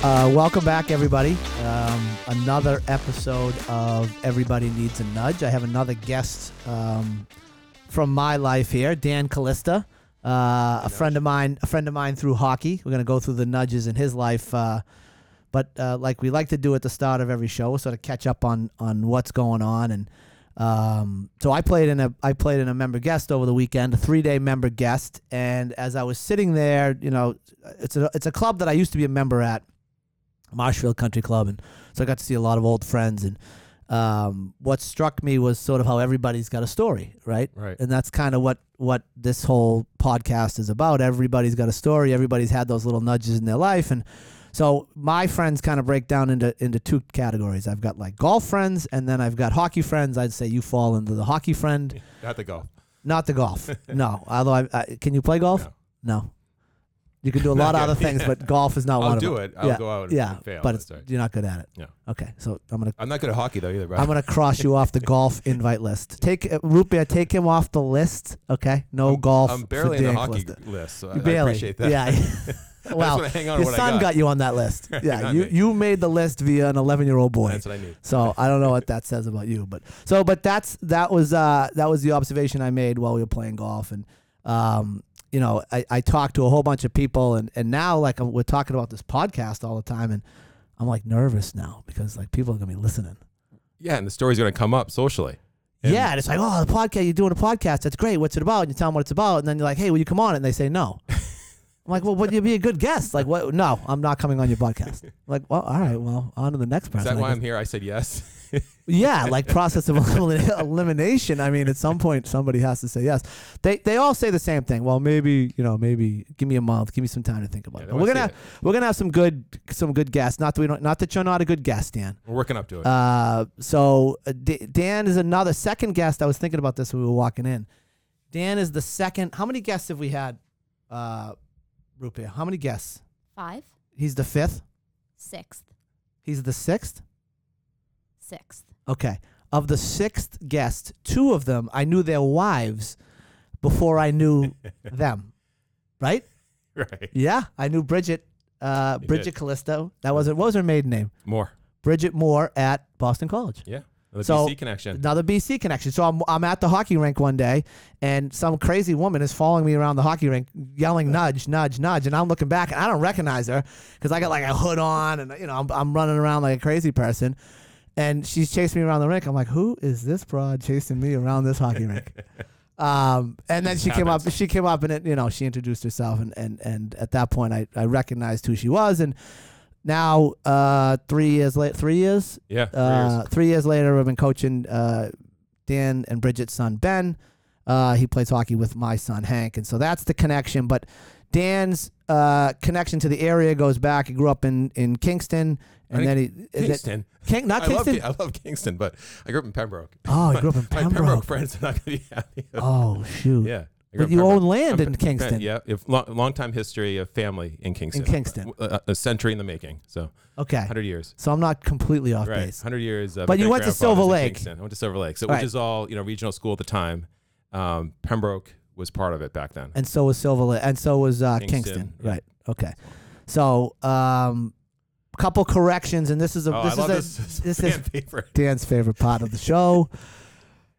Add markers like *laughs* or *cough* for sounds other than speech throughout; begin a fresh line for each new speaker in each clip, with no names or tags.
Uh, welcome back, everybody. Um, another episode of Everybody Needs a Nudge. I have another guest um, from my life here, Dan Callista, uh, a friend of mine, a friend of mine through hockey. We're gonna go through the nudges in his life, uh, but uh, like we like to do at the start of every show, we'll sort of catch up on on what's going on. And um, so I played in a I played in a member guest over the weekend, a three day member guest. And as I was sitting there, you know, it's a it's a club that I used to be a member at. Marshfield Country Club, and so I got to see a lot of old friends. And um, what struck me was sort of how everybody's got a story, right?
Right.
And that's kind of what what this whole podcast is about. Everybody's got a story. Everybody's had those little nudges in their life, and so my friends kind of break down into into two categories. I've got like golf friends, and then I've got hockey friends. I'd say you fall into the hockey friend,
Not the golf.
not the
*laughs*
golf. no, although I, I can you play golf? No. You can do a lot of
yet.
other things, but golf is not
I'll
one of
do
them.
it. I'll go out and fail.
But
That's
it's,
all right.
you're not good at it.
No.
Okay, so I'm gonna
I'm not good at hockey though either, bro.
I'm gonna cross you
*laughs*
off the golf invite list. Take uh, root beer. Take him off the list. Okay, no golf.
I'm
for
barely in the
Dan
hockey
Calista.
list, so I,
You
*laughs* I
barely.
appreciate that.
*laughs* Yeah.
I just
well,
want to hang on to
your
what
son
I got.
got. you on that
*laughs*
list. Yeah,
Not
you
me.
you made the list via an 11 year old boy.
That's what I need.
So I don't know what that says about you, but so but that's that was uh, that was the observation I made while we were playing golf, and um, you know I, I talked to a whole bunch of people, and and now like I'm, we're talking about this podcast all the time, and I'm like nervous now because like people are gonna be listening.
Yeah, and the story's gonna come up socially. And-
yeah, and it's like oh the podcast you're doing a podcast that's great. What's it about? And you tell them what it's about, and then you're like hey will you come on? it? And they say
*laughs*
no. I'm like well would you be a good guest? Like what? No, I'm not coming on your podcast.
*laughs*
I'm like well all right well on to the next
Is
person.
that
I
why
guess.
I'm here? I said yes.
*laughs* Yeah, like process of *laughs* elim- elimination. I mean, at some point, somebody has to say yes. They they all say the same thing. Well, maybe you know, maybe give me a month, give me some time to think
*laughs*
about
Yeah,
it.
they
But we're
wanna
gonna
see
we're gonna have some good some good guests. Not that we don't not that you're not a good guest, Dan.
We're working up to it.
Uh, so uh, D- Dan is another second guest. I was thinking about this when we were walking in. Dan is the second. How many guests have we had? Uh, Rupiah, how many guests?
Five,
He's the fifth.
sixth,
He's the sixth.
sixth.
Okay. Of the sixth guests, two of them, I knew their wives before I
*laughs*
knew them. Right?
*laughs* right.
Yeah. I knew Bridget, uh,
You
Bridget
did.
Callisto. That was it. What was her maiden name?
More.
Bridget Moore at Boston College.
Yeah. The
So-
BC connection.
Another BC connection. So I'm, I'm at the hockey rink one day, and some crazy woman is following me around the hockey rink, yelling nudge, nudge, nudge, and I'm looking back and I don't recognize her because I got like a hood on and you know I'm, I'm running around like a crazy person, and she's chasing me around the rink. I'm like, who is this broad chasing me around this hockey rink? Um, and then she came up. She came up and it, you know she introduced herself, and and and at that point I I recognized who she was, and now uh three years late, three years
Yeah. three
uh,
years.
three years later, I've been coaching uh, Dan and Bridget's son Ben. Uh, he plays hockey with my son Hank, and so that's the connection. But Dan's uh, connection to the area goes back. He grew up in in Kingston, and
I
then he is it-
Kingston.
King, not
I love,
Kingston.
Ki- I love Kingston, but I grew up in Pembroke.
Oh,
*laughs*
you grew up in
My
Pembroke.
Pembroke friends are not going to be happy.
oh shoot!
Yeah. I grew
but
up
you
Pembroke.
own land
I'm
in
Pe- Pe-
Kingston.
Yeah, if long, long time history of family in Kingston.
Kingston.
a, a- a century in the making. So,
Okay,
hundred years.
so I'm not completely off
right,
base.
100 years. Uh,
But you went to Silver Lake.
I went to Silver Lake, so
Right.
which is all you know regional school at the time. Um, Pembroke was part of it back then.
and so was Silver Lake, and so was uh, Kingston.
Kingston, yeah.
Right. Okay. So, um, couple corrections, and this is a
oh,
this
I
is
love
a,
this. *laughs*
this
This
is-
fan favorite.
Dan's favorite part of the show.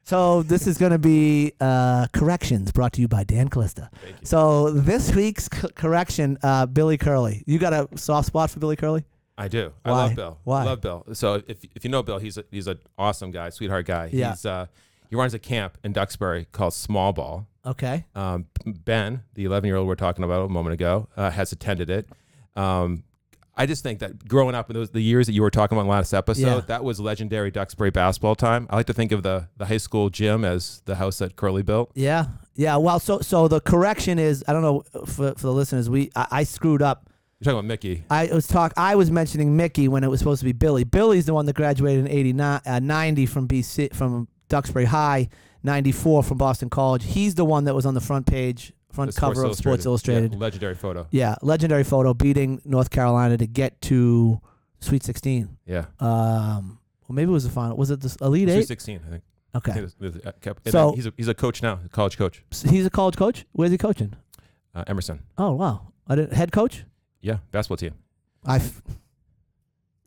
So this is going to be uh, corrections brought to you by Dan Callista.
Thank you.
So this week's c- correction, uh, Billy Curley. You got a soft spot for Billy Curley?
I do. I
Why?
love Bill.
Why?
I love Bill. So if if you know Bill, he's a, he's an awesome guy, sweetheart guy.
Yeah.
He's uh, he runs a camp in Duxbury called Small Ball.
Okay.
Um, ben, the 11 year old we are talking about a moment ago, uh, has attended it. Um, I just think that growing up in those the years that you were talking about in the last episode,
Yeah.
that was legendary Duxbury basketball time. I like to think of the the high school gym as the house that Curly built.
Yeah. Yeah. Well, so so the correction is I don't know for, for the listeners. We I, I screwed up.
You're talking about Mickey.
I was talk. I was mentioning Mickey when it was supposed to be Billy. Billy's the one that graduated in 89, uh, 90 from BC from Duxbury High, ninety four from Boston College. He's the one that was on the front page, front
the
cover of Sports Illustrated.
Yeah, legendary photo.
Yeah, legendary photo beating North Carolina to get to Sweet 16.
Yeah.
Um, well, maybe it was the final. Was it the Elite
Sweet
Eight?
16, I think.
Okay. So-
So, uh, he's, a, he's a coach now, a college coach,
S- He's a college coach. Where's he coaching?
uh, Emerson.
Oh wow, I didn't, head coach.
Yeah, basketball team.
I f-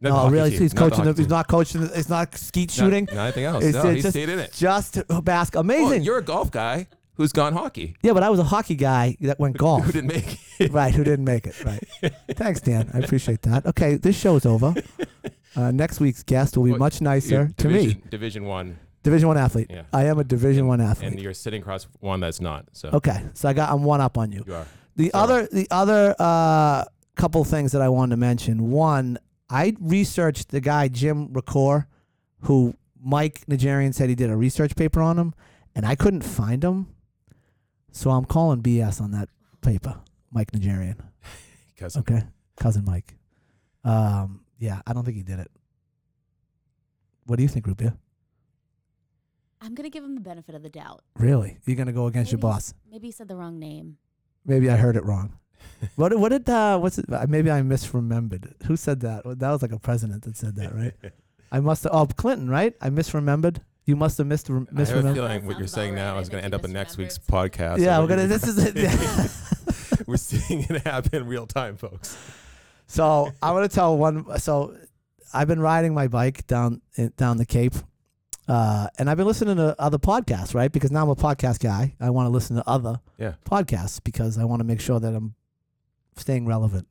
No,
no,
hockey
Oh, really,
team,
he's
not the
coaching.
hockey
The, he's
team.
not coaching. It's not skeet
Not-
shooting.
Not, anything else.
It's-
no,
it's
he
just-
stayed in it.
Just basket.
Well,
Amazing.
you're a golf guy who's gone hockey.
yeah, but I was a hockey guy that went golf.
*laughs* Who didn't make
*laughs*
it?
right, who didn't make it. Right. Thanks, Dan. I appreciate that. Okay, this show is
*laughs*
over. Uh, next week's guest will be
What-
much nicer
You're
to
division,
me. Oh,
Division one,
Division one athlete.
Yeah.
I am a Division one athlete.
and you're sitting across one that's not. So
okay, so I got I'm one up on you.
you are.
The
Sorry.
other the other uh, couple things that I wanted to mention. One, I researched the guy Jim Ricor, who Mike Nigerian said he did a research paper on him, and I couldn't find him. So I'm calling BS on that paper, Mike Nigerian.
Because
Okay, cousin Mike. Um, yeah, I don't think he did it. What do you think, Rupia?
I'm gonna give him the benefit of the doubt.
Really, you're gonna go against your
Maybe.
boss?
Maybe he said the wrong name.
Maybe I heard it
*laughs*
wrong. What did- what did uh what's it uh, maybe I misremembered. Who said that? Well, That was like a president that said that,
*laughs*
right? I must have oh Clinton, right? I misremembered. You must have mis-
I have a
misremembered.
feeling what you're
Sounds
saying
about
now
right.
is
I
going to
think
end
you
up in next
misremembered
week's
something.
podcast.
Yeah,
So
we're gonna this is
*laughs*
it.
we're seeing it happen real time, folks.
so I'm gonna tell one so I've been riding my bike down in, down the Cape. Uh, and I've been listening to other podcasts, right? Because now I'm a podcast guy. I want to listen to other
Yeah.
podcasts because I want to make sure that I'm staying relevant.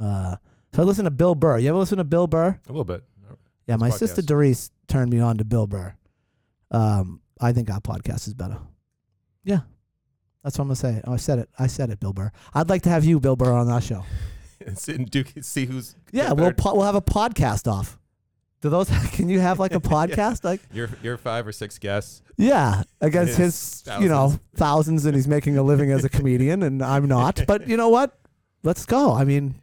Uh, so I listen to Bill Burr. You ever listen to Bill Burr?
A little bit. *laughs*
Yeah, my
podcast.
sister Doris turned me on to Bill Burr. Um, I think our podcast is better. Yeah, that's what I'm gonna say. Oh, I said it. I said it, Bill Burr. I'd like to have you, Bill Burr, on our
*laughs*
show.
And sit and do, see who's.
Yeah,
got
we'll
better-
po- we'll have a podcast off. Do those? *laughs* Can you have like
*laughs*
a podcast? Like,
Your your five or six guests.
yeah, against
Yeah,
his, you know, thousands, and he's making a living as a comedian, and I'm not. But you know what? Let's go. I mean,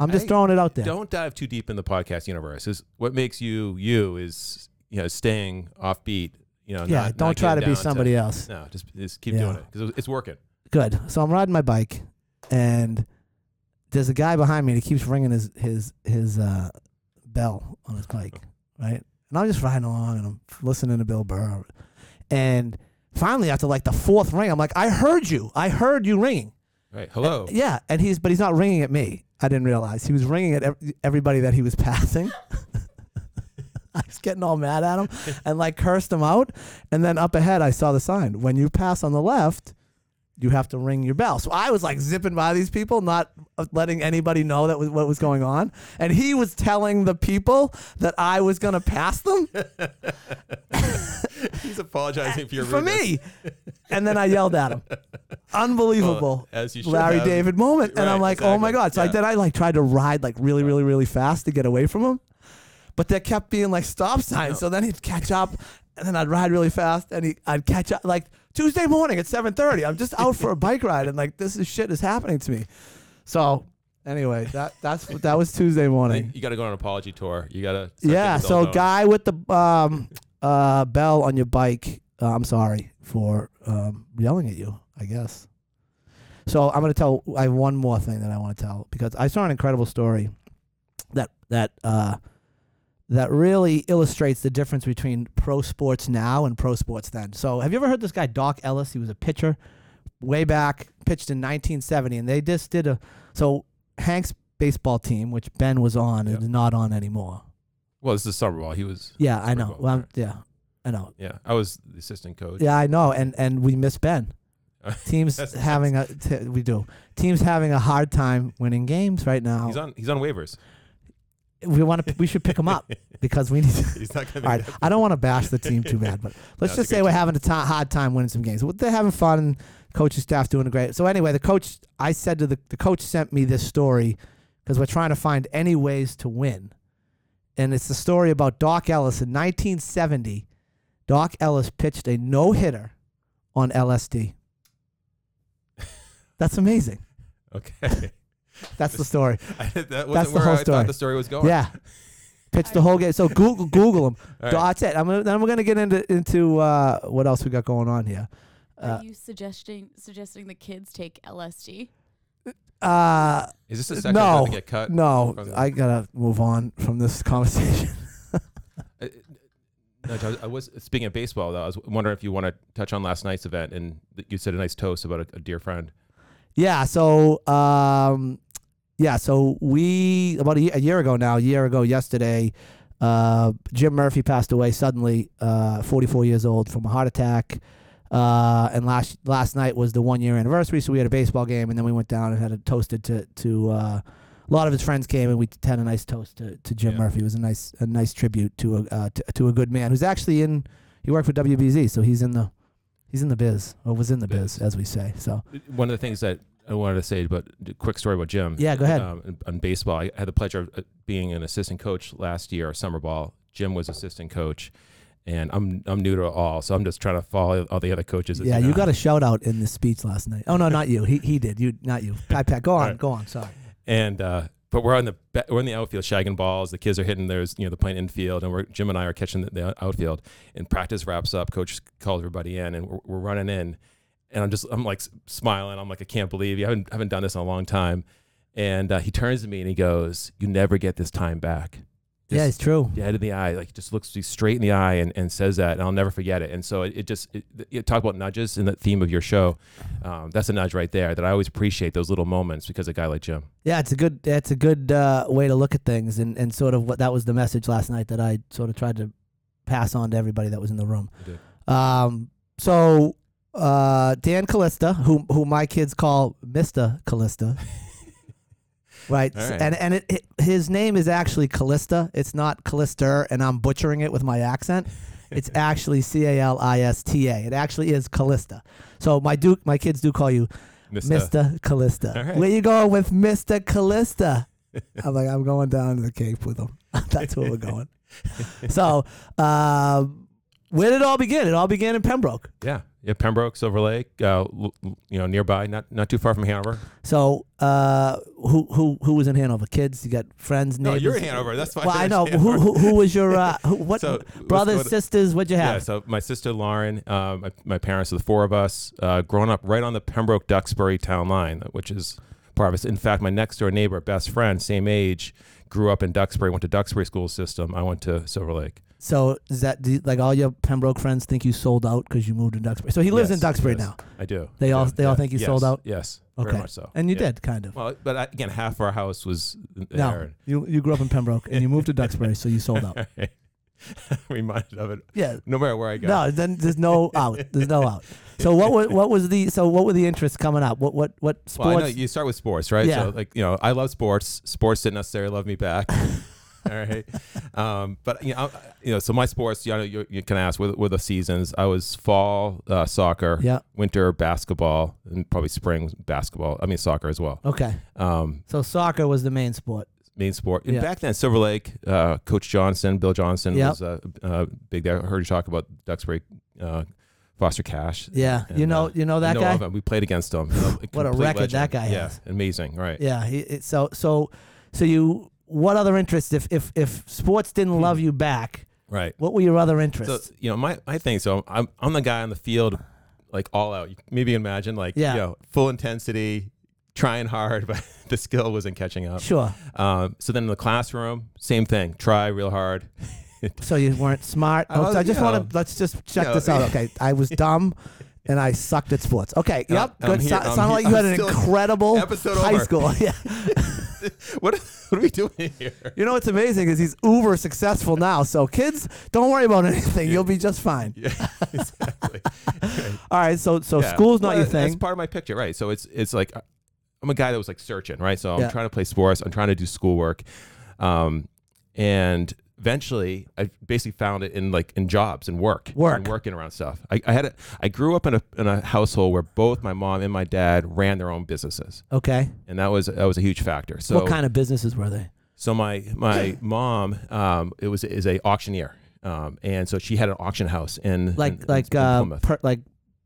I'm just
I
throwing it out there.
Don't dive too deep in the podcast universe. Is what makes you you is you know staying offbeat. You know,
yeah,
not-
don't
not
try to be
getting down
somebody else.
no, just just keep
Yeah.
doing it because it's working.
good. So I'm riding my bike, and there's a guy behind me, and he keeps ringing his his his uh, bell on his bike, right? And I'm just riding along, and I'm listening to Bill Burr, and finally after like the fourth ring, I'm like, I heard you, I heard you ringing.
Right. Hello.
Yeah, and he's but he's not ringing at me. I didn't realize he was ringing at ev- everybody that he was passing. *laughs* I was getting all mad at
*laughs*
him and like cursed him out. And then up ahead, I saw the sign: when you pass on the left, you have to ring your bell. So I was like zipping by these people, not uh, letting anybody know that was what was going on. And he was telling the people that I was gonna pass them
*laughs* He's apologizing for your
for
rudeness.
me. And then I yelled
*laughs*
at him. Unbelievable.
Well, as you should
Larry
have.
David moment. And I'm
Right,
like, oh my
exactly.
God. So I,
Yeah.
then I like tried to ride like really, really, really fast to get away from him. But there kept being like stop signs. So then he'd catch up and then I'd ride really fast and he, I'd catch up like Tuesday morning at 730. I'm just out for a bike ride and like this is shit is happening to me. So anyway, that that's that was Tuesday morning.
You got to go on an apology tour. You got to.
Yeah. So guy with the um, uh, bell on your bike, uh, I'm sorry for um, yelling at you. I guess. So I'm gonna tell. I have one more thing that I want to tell because I saw an incredible story that that uh, that really illustrates the difference between pro sports now and pro sports then. So have you ever heard this guy Doc Ellis? He was a pitcher way back, pitched in 1970, and they just did a so Hank's baseball team, which Ben was on,
Yeah.
is not on anymore.
Well, this is Summer Ball. He was.
Yeah, I
Super
know.
Bowl,
Well, I'm,
right.
yeah, I know.
Yeah, I was the assistant coach.
Yeah, I know. And and we miss
*laughs*
Ben. Teams
That's-
having a t- we do. Teams having a hard time winning games right now.
He's on. He's on waivers.
we want to. We should pick him
*laughs*
up because we need. To,
He's not going
all right,
to.
I don't want to bash the team too bad, but
*laughs*
let's
it's a
just say
good
we're having a ti hard time winning some games. Well, They're having fun. Coaching staff doing great. So anyway, the coach. I said to the the coach sent me this story because we're trying to find any ways to win, and it's the story about Doc Ellis in 1970. Doc Ellis pitched a no hitter on
*laughs*
LSD. That's amazing.
*laughs* Okay. *laughs*
That's the story.
I, that wasn't
That's the
where
whole
I
story.
thought the story was going.
Yeah. Pitched the whole game. So Google Google him.
All
So
right.
That's it. I'm gonna, then we're gonna get into into uh, what else we got going on here. Uh,
Are you suggesting suggesting the kids take LSD?
Uh,
Is this the second
No.
one to get cut?
no,
from-
I gotta move on from this *laughs* conversation.
Uh, no, John, I was speaking of baseball though. I was wondering if you want to touch on last night's event, and that you said a nice toast about a, a dear friend.
yeah. So um, yeah, so we about a year, a year ago now, a year ago yesterday, uh, Jim Murphy passed away suddenly, uh, 44 years old from a heart attack. Uh, and last last night was the one year anniversary, so we had a baseball game, and then we went down and had a toasted to to uh, a lot of his friends came, and we had a nice toast to, to Jim
Yeah.
Murphy. It was a nice a nice tribute to a uh, to, to a good man who's actually in. He worked for WBZ, so he's in the he's in the biz or was in the biz,
Biz.
as we say. So
One of the things that I wanted to say, but a quick story about Jim.
yeah, go ahead.
um, in- on baseball. I had the pleasure of uh, being an assistant coach last year, summer ball. Jim was assistant coach, and I'm I'm new to it all, so I'm just trying to follow all the other coaches.
Yeah, you got a shout out in the speech last night. Oh no, not you. He he did. You not you. Pat Pat. Go on.
Alright.
Go on. Sorry.
And uh, but we're on the ba- we're in the outfield shagging balls. The kids are hitting theirs, you know, they're playing infield, and we're Jim and I are catching the, the outfield. And practice wraps up. Coach calls everybody in, and we're, we're running in. And I'm just I'm like s- smiling. I'm like I can't believe you I haven't haven't done this in a long time. And uh, he turns to me and he goes, "You never get this time back."
yeah,
Just-
it's true.
dead in the eye, like just looks you straight in the eye and, and says that, and I'll never forget it. And so it, it just it, it, talk about nudges in the theme of your show. Um, that's a nudge right there that I always appreciate those little moments because a guy like Jim.
Yeah, it's a good that's a good uh, way to look at things, and, and sort of what that was the message last night that I sort of tried to pass on to everybody that was in the room.
You
Um, so uh, Dan Callista, who who my kids call Mister
*laughs*
Callista, right?
All
S-
right.
And and it, it, his name is actually Callista. It's not Callister, and I'm butchering it with my
*laughs*
accent. It's actually C A L I S T A. It actually is Callista. So my Duke, my kids do call you Mr. Callista.
All right.
Where you going with Mr.
*laughs*
Callista? I'm like, I'm going down to the Cape with him. *laughs* That's where we're
*laughs*
going. so, uh, where did it all begin? It all began in Pembroke.
Yeah, yeah. Pembroke, Silver Lake, uh, l- l- you know, nearby, not not too far from Hanover.
So, uh, who who who was in Hanover? Kids? You got friends? Neighbors?
That's
Well, I know. but Who, who who was your
*laughs*
uh, who, what
So, let's
brothers
go to-
sisters? What'd you
Yeah,
have?
so my sister Lauren, uh, my, my parents, the four of us, uh, grown up right on the Pembroke Duxbury town line, which is part of us. In fact, my next door neighbor, best friend, same age, grew up in Duxbury, went to Duxbury school system. I went to Silver Lake.
So is that do you, like all your Pembroke friends think you sold out because you moved to Duxbury? So he lives
Yes,
in Duxbury
yes,
now,
I do.
They all-
Yeah,
they all
yeah,
think you
yes,
sold out?
Yes.
Okay.
Very much so.
and you
Yeah.
did kind of.
Well, but I, again, half our house was
No,
there.
you you grew up in Pembroke and you moved to
*laughs*
Duxbury, so you sold out.
Reminded of it,
Yeah.
no matter where I go.
No, then there's
*laughs*
no out. There's no out. So what was what was the so what were the interests coming up? What what what sports?
Well, I know you start with sports, right?
Yeah.
So, like, you know, I love sports. Sports didn't necessarily love me back. *laughs* All right. Um, but, you know, I, you know, so my sports, you know, you, you can ask, with, with the seasons, I was fall uh, soccer,
yeah.
winter basketball, and probably spring basketball. I mean, soccer as well.
Okay.
Um,
So soccer was the main sport.
main sport. And
Yeah.
back then, Silver Lake, uh, Coach Johnson, Bill Johnson
Yep.
was uh, uh, big there. I heard you talk about Duxbury, uh, Foster Cash.
Yeah. you
And,
know
uh,
you know
I
Oh, that
know
guy.
of him. We played against him.
What a
complete
record that
legend.
guy
Yeah,
has.
amazing. Right.
Yeah. He, it, so so so you what other interests if if if sports didn't love you back?
Right.
What were your other
Hmm. So
interests?
you know, my my thing. So I'm I'm the guy on the field, like all out. You Maybe imagine like
Yeah.
you know, full intensity, trying hard, *laughs* but the skill wasn't catching up.
sure.
Um, so then in the classroom, same thing. Try real hard.
So you weren't smart.
I was-
I just
you
want
know.
to let's just check
You know.
this out. *laughs* Okay, I was dumb. And I sucked at sports. Okay.
And I'm-
Yep.
and I'm
Good.
here-
So,
I'm
sounded like
here-
you had
I'm
an
still-
incredible
Episode
Oh, high
over.
school. *laughs* Yeah.
What *laughs* what are we doing here?
You know what's amazing is he's uber successful now. So kids, don't worry about anything. You'll be just *laughs* fine.
Yeah, exactly. Right.
*laughs* All right. So so
Yeah.
school's not
Well,
your
That's
thing.
part of my picture, right? So it's it's like uh, I'm a guy that was like searching, right? So I'm
Yeah.
trying to play sports, I'm trying to do schoolwork, um, and eventually I basically found it in like in jobs and work,
Work.
and working around stuff. I, I had a, I grew up in a in a household where both my mom and my dad ran their own businesses,
Okay.
and that was that was a huge factor. So
what kind of businesses were they?
so my
*laughs*
my mom, um, it was is a auctioneer. Um, and so she had an auction house in
Like
in- in
like uh,
Plymouth.
per, like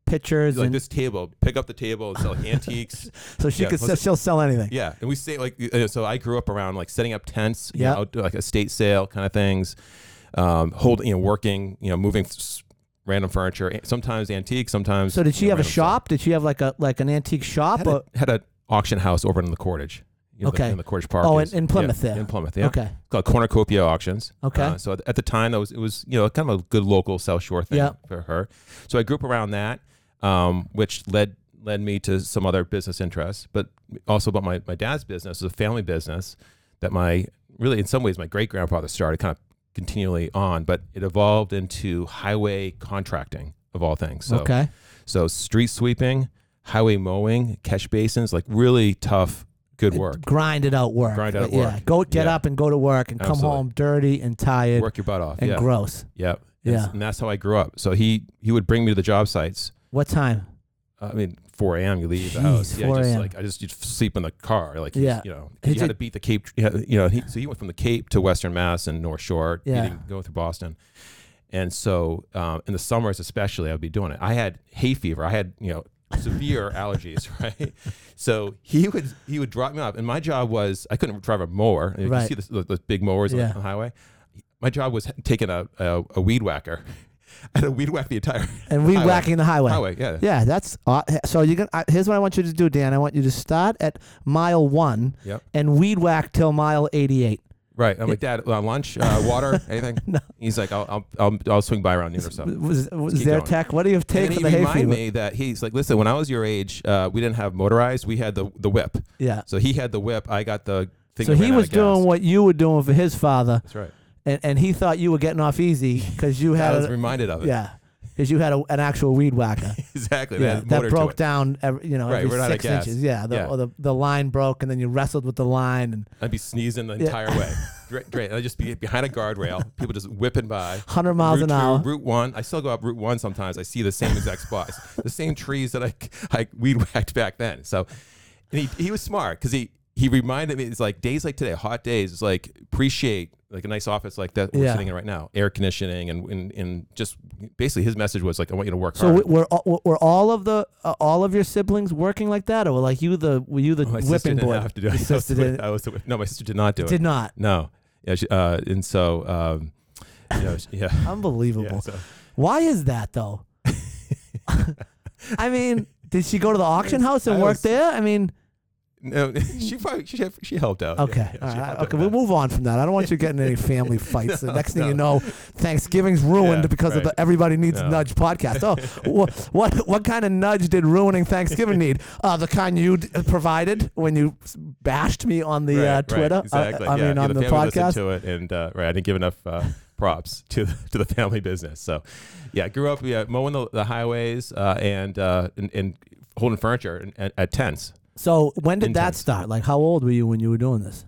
pictures
like
and
this table, pick up the table and sell like, antiques,
so she
yeah,
could
was
sell, she'll sell anything.
Yeah, and we stay like uh, so. I grew up around like setting up tents, you
Yeah.
know, outdoor, like estate sale kind of things, um, holding, you know, working, you know, moving s- random furniture, a- sometimes antique, sometimes.
So did she
you know,
have a
random stuff.
shop? Did she have like a like an antique shop?
Had,
Or,
a, had a auction house over in the Cordage. You know, the-
Okay.
in the Cordage Park.
Oh, in-
is-
in Plymouth
yeah,
there.
In Plymouth, yeah.
Okay.
Called Cornucopia Auctions.
Okay.
Uh, so at, at the time, that was it was you know kind of a good local South Shore thing
Yeah.
for her. So I grew up around that, um, which led led me to some other business interests, but also about my, my dad's business, is a family business that my really in some ways my great grandfather started kind of continually on, but it evolved into highway contracting of all things. So
okay.
so street sweeping, highway mowing, catch basins, like really tough, good work.
Grind it out work.
Grind out
But yeah,
work.
go get
Yeah.
up and go to work and come
Absolutely.
home dirty and tired
Work your butt off.
and
yeah.
gross.
Yeah. And,
Yeah.
and that's how I grew up. So he he would bring me to the job sites.
What time?
I mean, 4 a.m. You leave the
Jeez,
house. Yeah,
4
just
a.m..
like I just you'd sleep in the car. Like
Yeah.
yeah. you know,
He
he had
did-
to beat the Cape. yeah, You know, he, so he went from the Cape to Western Mass and North Shore.
Yeah.
He didn't go through Boston. And so um, in the summers, especially, I'd be doing it. I had hay fever. I had you know
*laughs*
severe allergies, right? So he would he would drop me off, and my job was I couldn't drive a mower. You
Right.
can see the, the, the big mowers on the-
Yeah.
on the highway. My job was taking a a, a weed whacker. *laughs* I had to weed whack the entire
And we
highway.
whacking the highway.
highway. Yeah,
Yeah, that's aw- so. You can. I- Here's what I want you to do, Dan. I want you to start at mile one
Yep.
and weed whack till mile eighty-eight.
Right. I'm like, Dad, uh, lunch, uh, water, anything?
*laughs* No.
He's like, I'll, I'll, I'll, I'll swing by around noon or something.
Was, was
keep
there
going.
tech? What do you take for
and he
the hay
reminded
fever?
me that he's like, listen, when I was your age, uh, we didn't have motorized. We had the, the whip.
Yeah.
So he had the whip. I got the thing.
So
that
he
ran out
was
of gas.
doing what you were doing for his father,
That's right.
and, and he thought you were getting off easy because
*laughs*
you
I
had
was
a,
reminded of it.
yeah, because you had a, an actual weed whacker.
*laughs* Exactly.
yeah,
that,
that
motor
broke
to it.
down. Every, you know,
Right,
every
we're out of
six
gas.
inches. Yeah. The,
Yeah.
Or the the line broke, and then you wrestled with the line and
I'd be sneezing the
Yeah.
entire
*laughs*
way. Great, great. I'd just be behind a guardrail. People just
*laughs*
whipping by.
hundred miles an
Route two,
hour.
Route one. I still go up Route one sometimes. I see the same exact spots, *laughs* the same trees that I *laughs* I weed whacked back then. So, and he he was smart because he he reminded me. It's like days like today, hot days. It's like appreciate like a nice office like that we're
Yeah.
sitting in right now, air conditioning, and and, and just basically his message was like, I want you to work
So
hard.
w- were all, were all of the uh, all of your siblings working like that, or were like you the were you the
*laughs* Oh, my sister
whipping
didn't
boy?
have to do
Your
it. *laughs* I was,
sister
the-
did,
I was the- no, my sister did not do
did
it.
not.
No, yeah, she, uh, and so um, you know, she-
*laughs*
yeah,
Unbelievable.
yeah. So,
Why is that
*laughs*
though? *laughs* I mean, did she go to the auction house and
I
work
was-
there? I mean,
no, *laughs* she probably she, she helped out. Yeah,
okay,
yeah,
all
she
right,
helped out
okay.
with
We'll
that.
move on from that. I don't want you getting any family
*laughs*
fights. the next thing you know, Thanksgiving's ruined
Yeah,
because of
right.
the Everybody Needs a
No.
Nudge podcast.
*laughs*
Oh, wha what what kind of nudge did ruining Thanksgiving need? Uh, the kind you d- provided when you s- bashed me on the
Right,
uh,
right,
Twitter. uh,
exactly.
I
yeah.
mean,
yeah,
on the,
family listened
podcast.
to it, and uh, right, I didn't give enough uh, props *laughs* to the, to the family business. So, yeah, I grew up yeah, mowing the, the highways uh, and, uh, and and holding furniture and, and, at tents.
So when did that
Intense.
start? Like, how old were you when you were doing this?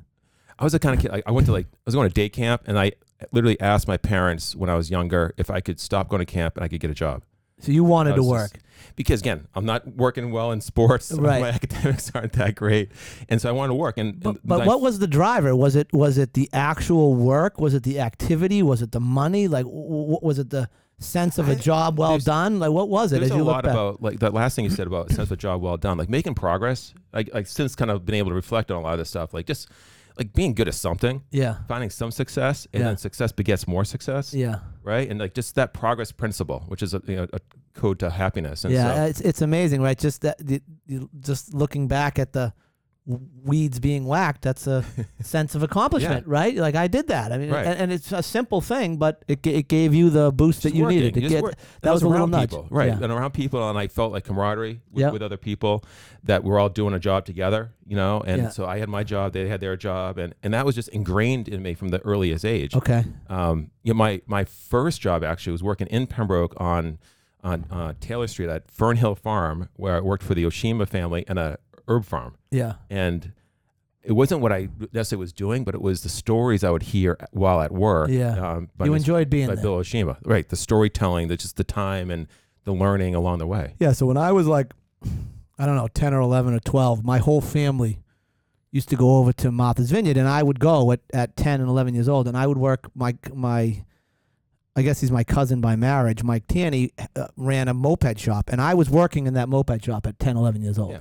I was the kind of kid. Like, I went to like I was going to day camp, and I literally asked my parents when I was younger if I could stop going to camp and I could get a job.
So you wanted
I
to
was
work.
just- because again, I'm not working well in sports. *laughs*
Right.
My academics aren't that great, and so I wanted to work. And,
But,
and
but
I-
what was the driver? Was it was it the actual work? Was it the activity? Was it the money? Like, w- w- was it the sense of a
I-
job well
there's-
done? Like, what was it?
There's
As
a
you
lot
look back,
about like that last thing you said about sense of job well done, like making progress. Like like since kind of been able to reflect on a lot of this stuff, like just like being good at something,
yeah,
finding some success, and
Yeah.
then success begets more success,
yeah,
right? And like just that progress principle, which is a, you know, a code to happiness. And
yeah.
so,
It's it's amazing, right? Just that the, you, just looking back at the w- weeds being whacked. That's
*laughs*
a sense of accomplishment, right? Like I did that. I mean,
Right.
and, and it's a simple thing, but it, g- it gave you the boost that
just
you
working,
needed. It
just
get-
work-
that
I
was a little
around
nudge,
people, right?
Yeah.
And around people, and I felt like camaraderie with,
Yep.
with other people that we're all doing a job together, you know. And
Yeah.
so I had my job, they had their job, and and that was just ingrained in me from the earliest age.
Okay.
um, you know, my my first job actually was working in Pembroke on on uh, Taylor Street at Fernhill Farm, where I worked for the Oshima family and a herb farm.
Yeah.
And it wasn't what I necessarily was doing, but it was the stories I would hear while at work.
Yeah.
um, by,
You
Miss-
enjoyed being
by
there.
Bill Oshima, right? The storytelling, the just the time and the learning along the way.
Yeah, so when I was like, I don't know, 10 or 11 or 12, my whole family used to go over to Martha's Vineyard, and I would go at, at 10 and 11 years old, and I would work my, my I guess he's my cousin by marriage, Mike Tanney, uh, ran a moped shop, and I was working in that moped shop at 10, 11 years old.
Yeah.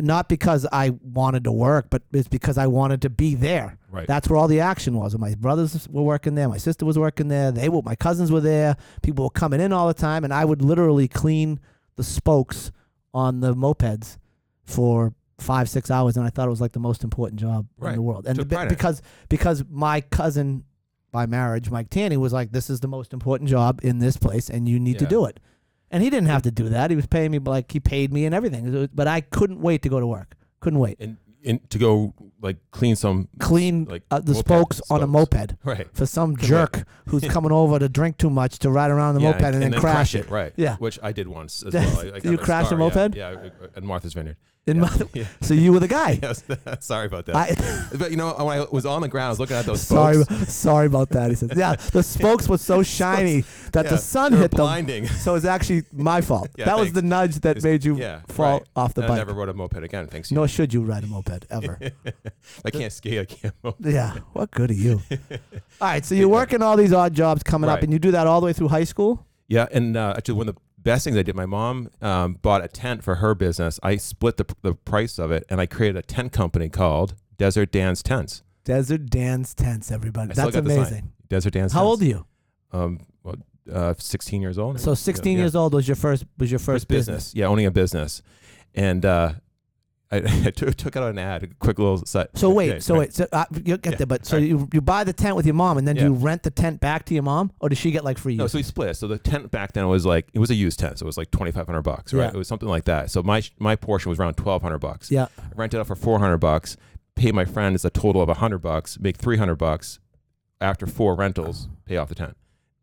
Not because I wanted to work, but it's because I wanted to be there.
Right.
That's where all the action was. And my brothers were working there. My sister was working there. They were my cousins were there. People were coming in all the time, and I would literally clean the spokes on the mopeds for five six hours, and I thought it was like the most important job in
Right.
the world. And
Took
the-
pride in it.
because because my cousin by marriage, Mike Tanney was like, "This is the most important job in this place, and you need to
Yeah.
do it." And he didn't have to do that. He was paying me like he paid me and everything. It was- But I couldn't wait to go to work. Couldn't wait.
and, and to go like clean some
Clean
like
uh, the
moped
spokes on a
spokes.
moped
right
for some jerk who's
*laughs*
coming over to drink too much to ride around the
Yeah,
moped and, then, crash, it.
right
Yeah.
which I did
*laughs*
once as well I, I got
You
a
crashed a
scar,
moped?
yeah, yeah at Martha's Vineyard
In
yeah. *laughs*
my-
Yeah.
so you were the
*laughs*
guy.
Yes, sorry about that
I,
but you know when I was on the ground I was
*laughs*
looking at those
sorry,
spokes.
sorry about that. He says, "Yeah, the spokes were
*laughs*
so shiny that
Yeah,
the sun
they were
hit them."
blinding
So it's actually my fault.
*laughs* Yeah,
that was
thanks.
the nudge that
It's-
made *laughs* you
yeah,
fall
right.
off the
And I
bike.
never rode a moped again thanks to you
Nor should you ride a moped ever.
I can't skate I can't *laughs* moped.
yeah, what good are *laughs* you? All right, so you're working all these odd jobs coming up,
Right.
and you do that all the way through high school.
Yeah, and uh, actually, one of the best things I did, my mom um, bought a tent for her business. I split the, the price of it, and I created a tent company called Desert Dan's Tents.
Desert Dan's tents, everybody.
I still
That's
got the sign.
amazing.
Desert Dan's.
How
Tents.
old are you?
Um, well, uh, sixteen years old.
So 16 years old was your first was your first, business.
Yeah, owning a business, and uh, *laughs* I, I took, took out an ad, a quick little set.
So wait,
yeah,
so
right.
wait, so uh, you get
Yeah,
there, but so
all right.
you, you buy the tent with your mom, and then do
Yeah.
you rent the tent back to your mom, or does she get like free
No,
use?
so we split. So the tent back then was like it was a used tent, so it was like twenty five hundred bucks, right?
Yeah.
It was something like that. So my my portion was around twelve hundred bucks.
yeah,
I rent it out for 400 bucks, pay my friend is a total of 100 bucks, make 300 bucks after four rentals, pay off the tent.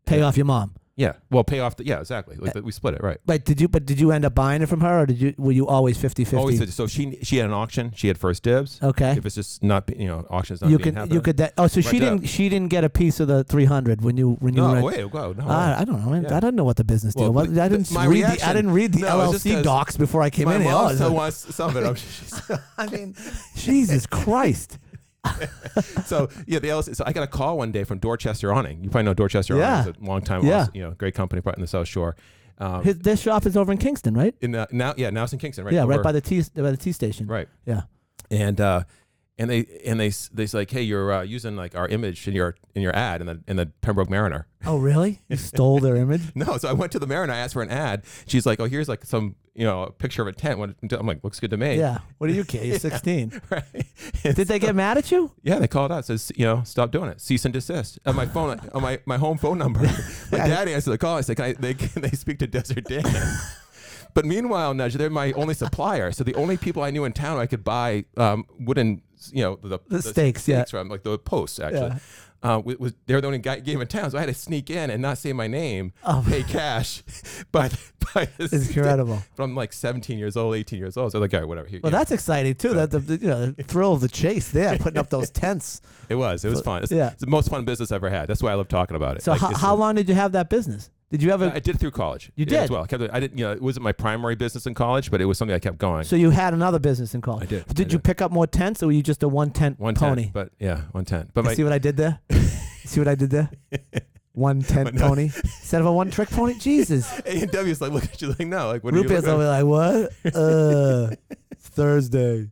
pay off your mom.
Yeah. Well, pay off the, yeah, exactly. Like,
Uh,
we split it, right.
But did you? But did you end up buying it from her, or did you? Were you always 50-50?
Always did- so she she had an auction, she had first dibs.
okay.
If it's just not, be- you know, auction's not
You
being
could.
happening.
You could. That, oh, so she
Rent it
didn't. She didn't get a piece of the three hundred when you when you
No,
rent.
wait, Oh, wow, no.
I, I don't know. I,
Yeah.
I don't know what the business deal
Well,
was. I
the-
didn't
my
read. the, I
reaction-
didn't read the
No, it's just
LLC
'cause
docs before I came
my
in. here. Oh,
mom
it's
still
like-
wants
*laughs*
some of it. I'm sure she's-
I mean, Jesus Christ.
*laughs* so yeah, the LLC. So I got a call one day from Dorchester Awning. You probably know Dorchester
Yeah.
Awning. It's a long time,
Yeah.
you know, great company, probably in the South Shore. Um,
His, this shop is over in Kingston, right?
in the, now, yeah, now it's in Kingston, right?
yeah, right
over-
by the T by the T station.
right.
Yeah.
and uh, and they and they s- they say like, hey, you're uh, using like our image in your in your ad in the in the Pembroke Mariner. *laughs*
Oh, really? You stole their image?
No, so I went to the Mariner. I asked for an ad. She's like, oh, here's like some you know a picture of a tent. What- I'm like, looks good to me.
Yeah. What do you care? You're 16.
*laughs* Right.
Did they get mad at you?
yeah, they called out. Says you know, stop doing it. Cease and desist. On my
*laughs*
phone, on my, my home phone number. my dad answered the call. I said, can I, they can they speak to Desert
*laughs*
Dan? but meanwhile, Nudge, they're my only supplier. So the only people I knew in town I could buy um, wooden, you know, the,
The stakes, yeah.
from, like the posts actually. Uh, wa- was they were the only guy game in town, so I had to sneak in and not say my name,
Oh.
pay cash, *laughs* but by
*laughs*
this
It's
*laughs*
incredible.
But I'm like 17 years old, 18 years old, so like, all right, whatever. Here,
Well,
yeah.
that's exciting too. That the, the- you know
*laughs*
the thrill of the chase there, putting up those tents.
it was, it was fun. It's,
yeah.
it's the most fun business I ever had. That's why I love talking about it.
So
Like,
how,
it's
how
the-
long did you have that business? Did you ever?
I did it through college.
You
yeah,
did?
as well. I, kept, it- I didn't, you know, it wasn't my primary business in college, but it was something I kept going.
so you had another business in college.
I did, I
Did you
did.
pick up more tents, or were you just a one tent
One
pony?
tent, but yeah, one tent. But
You
my,
see what I did there? You see what I did
*laughs*
there? One tent pony instead of a one trick
*laughs*
pony. Jesus.
A and W's like looking at you like, no, like what are you
Rupiah's
looking at?
over like, what?
*laughs*
Uh, it's Thursday.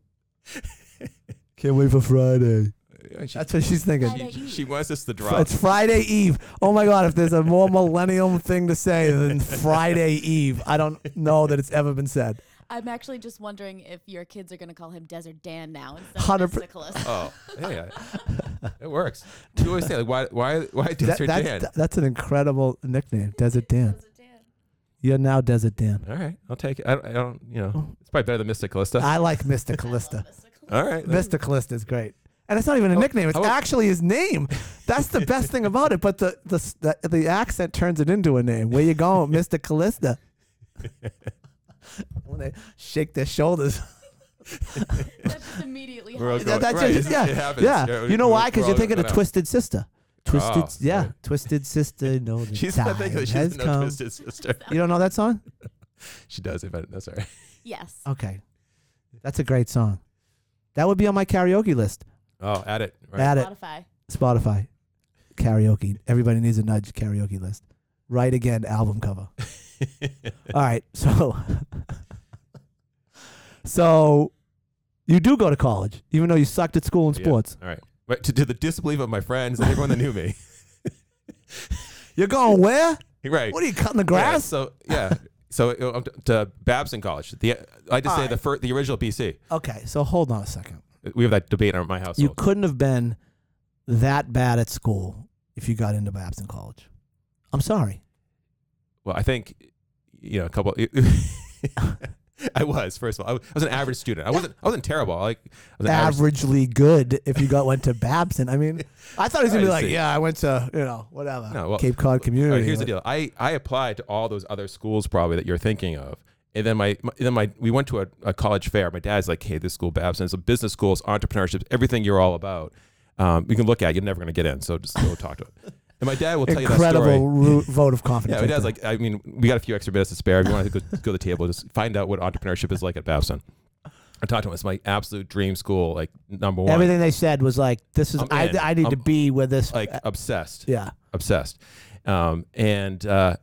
Can't wait for Friday.
Yeah, she-
That's what she's thinking.
Friday.
she, she wants us to
Fr-
drop.
It's Friday Eve. Oh my God! If there's a more millennial thing to say than Friday Eve, I don't know that it's ever been said.
I'm actually just wondering if your kids are going to call him Desert Dan now instead
100%
of Nicholas.
Oh, hey,
*laughs*
I- it works. You always say like, why, why, why
That-
Desert
that's
Dan?
th- that's an incredible nickname, Desert
*laughs*
Dan. You're now Desert Dan.
All right, I'll take it. I don't, I don't you
Oh.
know, it's probably better than Mr. Callista.
I like Mr. Callista.
All right, that's-
Mr. Callista is great, and it's not even a nickname. It's
how-
actually his name. That's the best thing about it. But the the s- the, the accent turns it into a name. Where you
*laughs*
going, Mr. Callista? when they shake their shoulders.
*laughs*
That just immediately
We're all
happened.
going-
That- that's
right,
just-
it-
yeah,
*laughs* it happens.
yeah.
Yeah, we-
You know
we-
why?
we're
Because
all
you're thinking of
gonna-
Twisted Sister. Twisted,
Oh,
yeah,
right.
Twisted Sister. No, the
*laughs* She's
time
not thinking she
has
doesn't know
come.
Twisted Sister.
You don't know that song?
She does, if I, that's all right.
Yes.
Okay, that's a great song. That would be on my karaoke list.
Oh, add it. Right.
Add it,
Spotify.
Spotify, karaoke. Everybody needs a nudge. Karaoke list. Right again, album
*laughs*
cover. All right, so, *laughs* so, you do go to college, even though you sucked at school and
Yeah.
sports.
All right. But to, to the disbelief of my friends and everyone that knew me. *laughs*
You're going where?
Right.
What are you cutting the
Yeah,
grass?
so yeah. So uh, um, to, to Babson College, the I just say
All
the first, the original BC.
Okay, so hold on a second.
We have that debate in my
you
household.
couldn't have been that bad at school if you got into Babson College. I'm sorry.
well, I think you know, a couple. *laughs* I was first of all, I was- I was an average student. I wasn't. I wasn't terrible. I, like, I was an average.
averagely good if you got went to Babson. I
*laughs*
mean, I thought he was gonna be
I
like,
see.
yeah, I went to you know whatever
No, well,
Cape Cod
All
community.
right, here's
Like,
the deal. I, I applied to all those other schools probably that you're thinking of. And then my, my then my we went to a, a college fair. My dad's like, "Hey, this school, Babson, it's a business school, it's entrepreneurship, everything you're all about. Um, you can look at. it. You're never going to get in, so just go talk to it." And my dad will tell you that
Incredible
story.
root, vote of confidence.
Yeah, my
right
dad's
there.
like, I mean, we got a few extra minutes to spare. If you want to go, go to the table, just find out what entrepreneurship is like at Babson. I talked to him. It's my absolute dream school, like number one,
everything they said was like, this is
I'm
I,
in.
I need to
I'm-
be with this. uh,
like obsessed.
yeah,
obsessed. Um, and uh,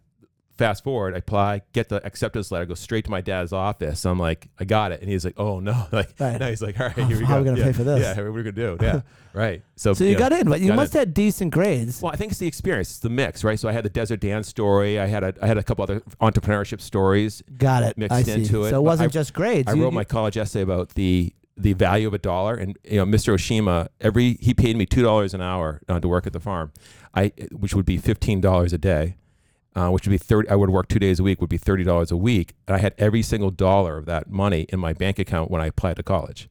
fast forward, I apply, get the acceptance letter, go straight to my dad's office. I'm like, I got it, and he's like, Oh no! *laughs* Like
Right.
now he's like, All right,
How-
here we
how
go.
are we gonna
yeah.
pay for this?
Yeah, what are we gonna do?
*laughs*
Yeah, right. So,
so you
know,
got in, but you
got
must
in.
have decent grades.
Well, I think it's the experience, it's the mix, right? So I had the Desert Dan story. I had a, I had a couple other entrepreneurship stories.
Got it.
mixed
I see.
into it,
So
but
it wasn't
I-
just grades.
I
You-
wrote
you- *laughs*
my college essay about the the value of a dollar, and you know, Mr. Oshima, every he paid me two dollars an hour uh, to work at the farm, I which would be fifteen dollars a day, uh, which would be thirty. I would work two days a week, would be thirty dollars a week, and I had every single dollar of that money in my bank account when I applied to college.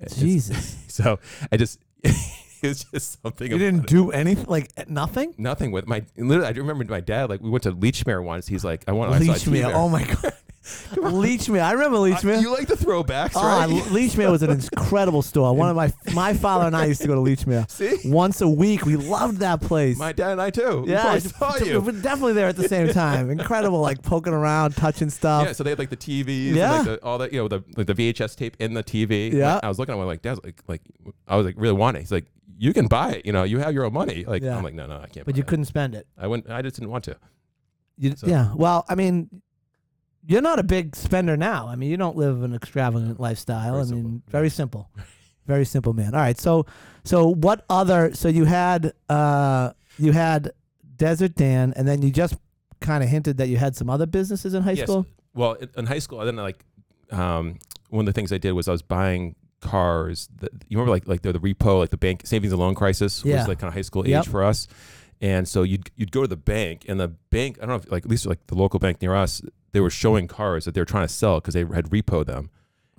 It's-
Jesus.
*laughs* so I just *laughs* it's just something.
You
about
didn't
it.
do anything, like nothing.
Nothing with my literally. I remember my dad like we went to Leechmere once. He's like, I want to
Leachmere. Oh my
*laughs*
god. Leachmere. I remember Leachmere.
Uh, You like the throwbacks,
Ah,
right?
Leachmere was an incredible store. One of my my father and I used to go to Leachmere
*laughs* See?
once a week. We loved that place.
My dad and I too.
yeah,
I
it's-
saw
it's-
you.
we're definitely there at the same
*laughs*
time. Incredible, like poking around, touching stuff.
Yeah, so they had like the TVs,
Yeah.
and, like, the, all that you know, the like the VHS tape in the TV.
Yeah.
Like, I was looking at one like, Dad's like, like I was like really want it. He's like, you can buy it, you know, you have your own money. Like
Yeah.
I'm like, no, no, I can't.
But
buy
you
it."
couldn't spend it.
I wouldn't. I just didn't want to.
You,
So-
yeah. Well, I mean, you're not a big spender now. I mean, you don't live an extravagant lifestyle.
Very
I
simple.
mean, very simple, very simple man. All right. So, so what other? So you had, uh, you had Desert Dan, and then you just kind of hinted that you had some other businesses in high
Yes.
school.
Well, in, in high school, I then like um, one of the things I did was I was buying cars. That, you remember like like the, the repo, like the bank savings and loan crisis
Yeah.
was like kind of high school
Yep.
age for us. And so you'd you'd go to the bank, and the bank I don't know if like at least like the local bank near us, they were showing cars that they were trying to sell because they had repo them.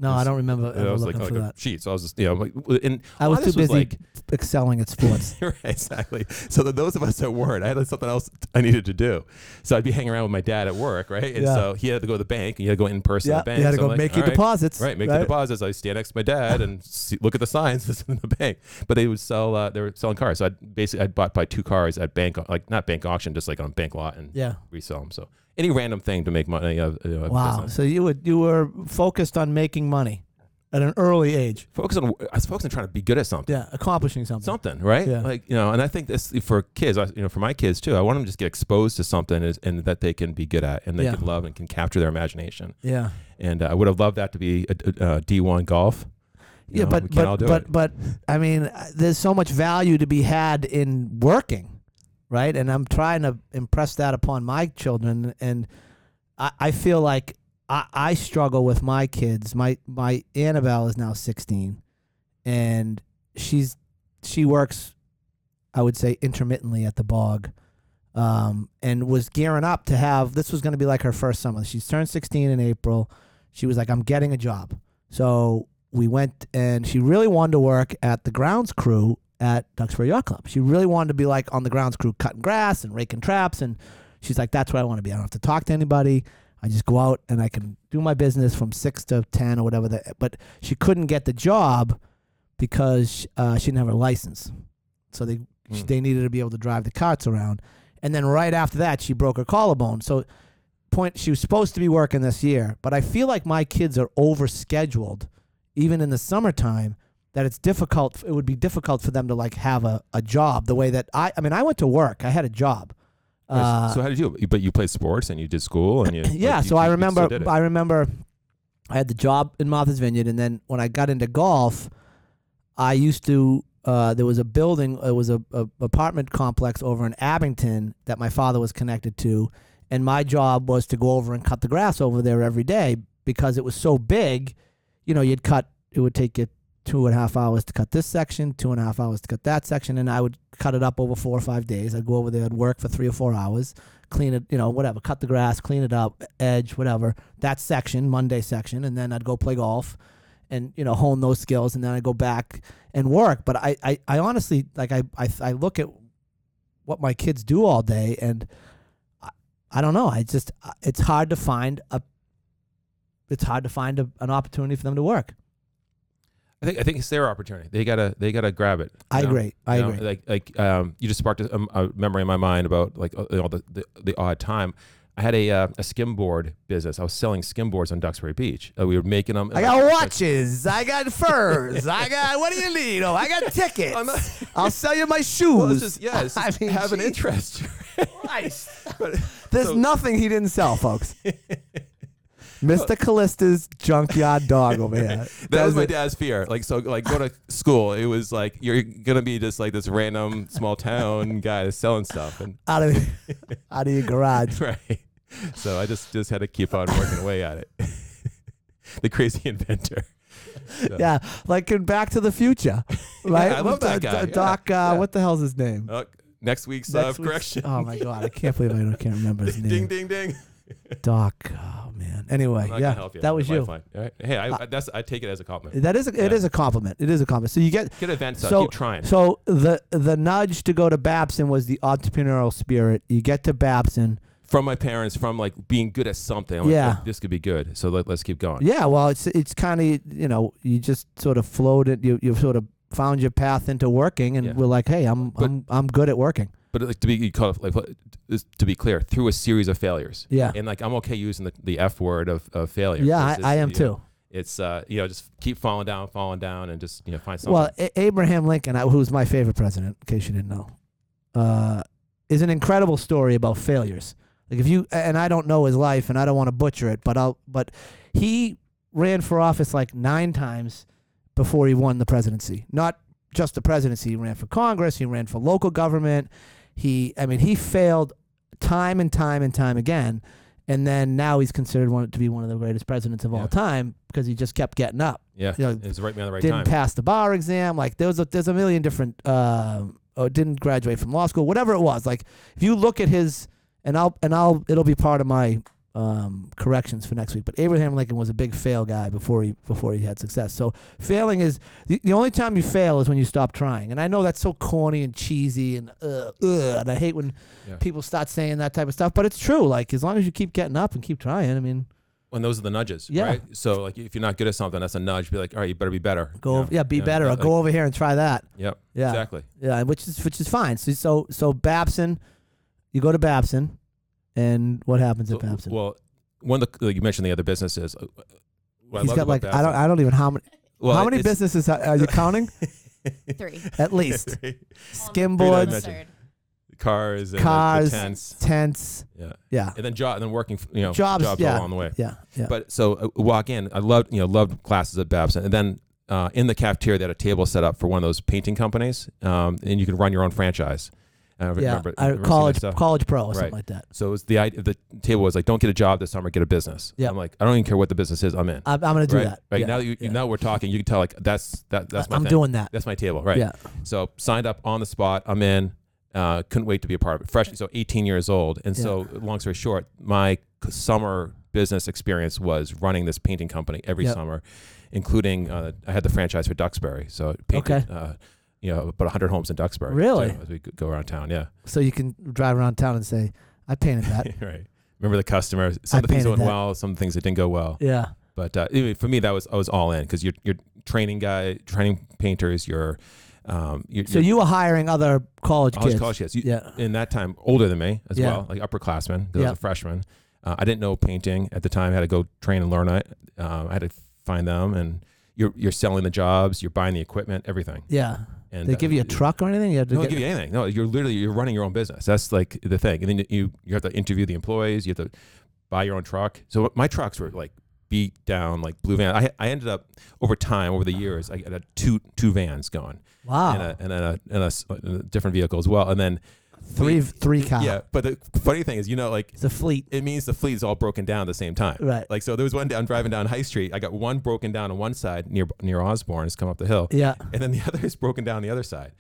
No, I don't remember
And I
ever
was like,
looking
like
for
a
that.
sheet. So I was just, you know, like, and *laughs*
I
a lot
was
of
too
this
busy
like,
excelling at
*laughs*
sports.
right, exactly. So that those of us that weren't, I had like, something else I needed to do. So I'd be hanging around with my dad at work, right? And
Yeah.
so he had to go to the bank. And he had to go in person.
yeah,
at the bank.
you had to
So
go
I'm like,
make your
"All right."
deposits.
Right, make the deposits. I stand next to my dad and see, look at the signs that's in the bank. But they would sell. Uh, they were selling cars. So I would basically I would bought by two cars at bank, like not bank auction, just like on bank lot and
Yeah.
resell them. So any random thing to make money. Uh, you know,
Wow.
business.
So you would you were focused on making money at an early age.
Focus on. I was focused on trying to be good at something.
Yeah, accomplishing something.
something, right?
Yeah.
Like you know, and I think this for kids, I, you know, for my kids too. I want them to just get exposed to something is, and that they can be good at, and they
Yeah.
can love and can capture their imagination.
Yeah.
And uh, I would have loved that to be a, a, a D one golf. You
yeah,
know,
but
we can't all
but
do
but,
it.
but I mean, uh, there's so much value to be had in working, right? And I'm trying to impress that upon my children, and I, I feel like I, I struggle with my kids. My my Annabelle is now 16, and she's she works, I would say, intermittently at the bog. Um, and was gearing up to have this was going to be like her first summer. She's turned 16 in April. She was like, I'm getting a job. So we went and she really wanted to work at the grounds crew at Duxbury Yacht Club. She really wanted to be like on the grounds crew cutting grass and raking traps and she's like, That's what I want to be. I don't have to talk to anybody. I just go out and I can do my business from six to ten or whatever that but she couldn't get the job because uh, she didn't have her license. So they
Mm.
they needed to be able to drive the carts around. And then right after that she broke her collarbone. So point she was supposed to be working this year, but I feel like my kids are overscheduled, even in the summertime. That it's difficult. It would be difficult for them to like have a, a job the way that I. I mean, I went to work. I had a job. Uh,
so how did you? But you played sports and you did school and you.
*clears throat* *coughs* yeah.
like, you-
so I
you- you
remember.
still did it.
I remember. I had the job in Martha's Vineyard, and then when I got into golf, I used to. Uh, there was a building. It was a, a apartment complex over in Abington that my father was connected to, and my job was to go over and cut the grass over there every day because it was so big. You know, you'd cut. It would take you two and a half hours to cut this section, two and a half hours to cut that section, and I would cut it up over four or five days. I'd go over there, I'd work for three or four hours, clean it, you know, whatever, cut the grass, clean it up, edge, whatever. That section, Monday section, and then I'd go play golf and, you know, hone those skills and then I'd go back and work. But I, I, I honestly like I, I I look at what my kids do all day and I, I don't know. I just it's hard to find a it's hard to find a, an opportunity for them to work.
I think I think it's their opportunity. They gotta they gotta grab it.
I
you know?
agree. I
You know,
agree.
Like like um, you just sparked a, um, a memory in my mind about like uh, you know, the, the the odd time. I had a uh, a skimboard business. I was selling skimboards on Duxbury Beach. Uh, we were making them.
I got watches. I got furs. I got. What do you need? Oh, I
*laughs*
got tickets.
I'm not-
I'll sell you my
Well,
shoes. *laughs*
it's just, yeah, it's
I
just
mean,
have an
geez.
interest. *laughs*
Christ.
But-
There's
so-
nothing he didn't sell,
*laughs*
folks. Mr. Callista's junkyard dog over here.
*laughs*
*laughs*
That was my
Doesn't-
dad's fear. Like so, like go to school. It was like you're gonna be just like this random
*laughs*
small town guy that's selling stuff, and *laughs*
out of *laughs* out of your garage.
right. So I just just had to keep on working away at it. *laughs* the crazy inventor.
Yeah, like in Back to the
*laughs*
Future, right?
I love that
With, uh,
guy.
D- Doc, uh,
Yeah, yeah.
what the hell's his name?
Uh, next week's
Next
uh,
week's-
correction.
Oh my god, I can't believe I don't, can't remember his name.
*laughs* ding ding ding.
Doc. Oh man. Anyway,
I'm not
yeah,
gonna help you.
that was
Fine,
you. Uh,
fine. All right. Hey, I, that's I take it as a compliment.
That is a, it
Yeah.
is a compliment. It is a compliment. So you get
Get events up.
so
Keep trying.
So the the nudge to go to Babson was the entrepreneurial spirit. You get to Babson.
from my parents, from like being good at something. I'm like,
Yeah.
"Oh, this could be good. So let, let's keep going.
Yeah, well, it's it's kind of you know you just sort of floated. You you sort of found your path into working, and
Yeah.
we're like, hey, I'm
But-
I'm I'm good at working.
But like to be you call it, like what- is- to be clear, through a series of failures.
Yeah.
And like I'm okay using the, the F word of, of failure.
Yeah,
It's just,
I, I am
you know,
too.
It's uh you know just keep falling down, falling down, and just you know find something.
Well, A- Abraham Lincoln, I- who's my favorite president, in case you didn't know, uh, is an incredible story about failures. Like if you and I don't know his life, and I don't want to butcher it, but I'll. But he ran for office like nine times before he won the presidency. Not just the presidency. He ran for Congress. He ran for local government. He, I mean, he failed time and time and time again. And then now he's considered one to be one of the greatest presidents of
Yeah.
all time because he just kept getting up
yeah.
you know,
it's right me on the right
didn't
time.
pass the bar exam. Like there was a, there's a million different uh, or didn't graduate from law school, whatever it was. Like if you look at his and I'll and I'll it'll be part of my um, corrections for next week. But Abraham Lincoln was a big fail guy before he before he had success. So failing is the, the only time you fail is when you stop trying. And I know that's so corny and cheesy and uh, uh, and I hate when
Yeah.
people start saying that type of stuff. But it's true. Like as long as you keep getting up and keep trying, I mean,
and those are the nudges,
Yeah.
right? So like if you're not good at something, that's a nudge. Be like, all right, you better be better.
go
you know?
over, yeah, be
You know,
better.
yeah,
or
like-
go over here and try that.
Yep.
Yeah.
Exactly.
Yeah, which is which is fine. So so so Babson, you go to Babson, and what happens at
So,
Babson?
Well, one of the like you mentioned the other businesses. uh, What I
He's
loved
got
about
like I don't
Babson-
I don't even how many
well,
how many
it's-
businesses are, are you *laughs*
*laughs*
counting?
Three.
At least
Three
skimboards,
dimensions. cars, and
Cars.
the, the tents,
tents,
yeah,
yeah,
and then job, and then working, f- you know,
Jobs,
jobs,
yeah.
along the way.
yeah, yeah.
But so uh, walk in. I loved you know loved classes at Babson, and then uh, in the cafeteria they had a table set up for one of those painting companies, um, and you could run your own franchise. Uh, I don't
yeah,
remember,
I-
remember seeing that
college
stuff.
college pro or something
Right.
like that.
So it was the idea, the table was like, don't get a job this summer, get a business.
Yeah.
I'm like, I don't even care what the business is, I'm in.
I'm, I'm gonna do
right,
that.
right
yeah,
now, you,
yeah.
you now we're talking. You can tell like that's that that's my.
I'm
thing.
doing that.
That's my table, right?
Yeah,
So signed up on the spot. I'm in. Uh, couldn't wait to be a part of it. Fresh, so 18 years old. And so, long story short, my c- summer business experience was running this painting company every
Yep.
summer, including uh, I had the franchise for Duxbury. So it painted, uh, you know, about 100 homes in Duxbury.
Really?
too, as we g- go around town, yeah.
so you can drive around town and say I painted
*laughs*
that.
right. Remember the customers. Some of the things
painted
went
that.
well. Some things that didn't go well.
yeah,
But uh, anyway, for me, that was I was all in because you're you're training guy, training painters. You're, um, you're,
so
you're
you were hiring other college
college,
kids.
college kids. You-
Yeah,
in that time older than me as
Yeah.
well, like upperclassmen, 'cause I
Yeah.
was a freshman. Uh, I didn't know painting at the time. I had to go train and learn it. Um, I had to find them, and you're you're selling the jobs, you're buying the equipment, everything.
yeah.
And
They
uh,
give you a truck or anything? You have to
They don't
get,
give you anything. No, you're literally you're running your own business. That's like the thing. And then you you have to interview the employees. You have to buy your own truck. So my trucks were like beat down, like blue van. I I ended up over time over the years, I had two two vans going
wow.
and a and a, and a s- a different vehicle uh, as well. And then
Three
Fleet.
three cow.
Yeah, but the funny thing is, you know, like
It's a fleet.
it means the fleet is all broken down at the same time.
Right.
Like so, there was one day I'm driving down High Street. I got one broken down on one side near near Osborne. It's come up the hill.
Yeah.
And then the *laughs* other is broken down the other side.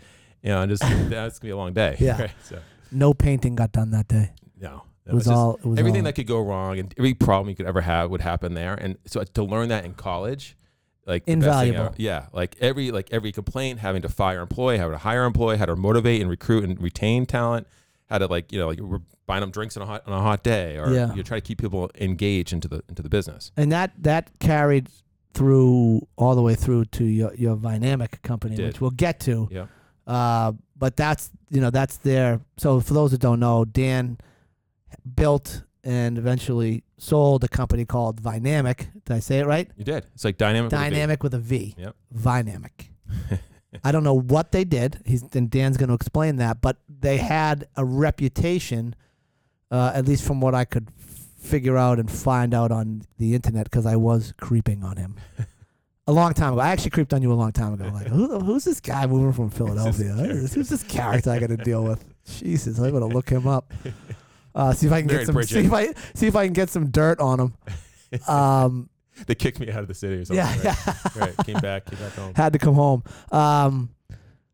You know, and just that's gonna be a long day.
Yeah.
*laughs* Right? So
No painting got done that day.
no,
It was,
just-
all. It was
everything
all-
that could go wrong and every problem you could ever have would happen there. And so to learn that in college, like the best thing
Invaluable.
ever- yeah, like every like every complaint, having to fire employee, how to hire employee, how to motivate and recruit and retain talent, how to like you know like we're buying them drinks on a hot on a hot day, or
Yeah.
you try to keep people engaged into the into the business.
and that that carried through all the way through to your your Vynamic company,
Did.
which we'll get to.
Yeah.
Uh, but that's you know that's their. So for those that don't know, Dan built and eventually sold a company called Vynamic. Did I say it right?
You did. It's like dynamic. with a V.
Dynamic with a V.
Yep.
Vynamic. I don't know what they did. He's and Dan's going to explain that, but they had a reputation, uh, at least from what I could figure out and find out on the internet, because I was creeping on him a long time ago. I actually creeped on you a long time ago. Like, who, the- who's this guy moving from Philadelphia? Who's, who's this character I got to deal with? Jesus, I'm going to look him up. Uh, see if I can
Mary
get some.
Bridget.
See if I see if I can get some dirt on him. Um,
*laughs* They kicked me out of the city or something.
yeah, *laughs*
right?
yeah.
right. Came back. Came back home.
had to come home. Um,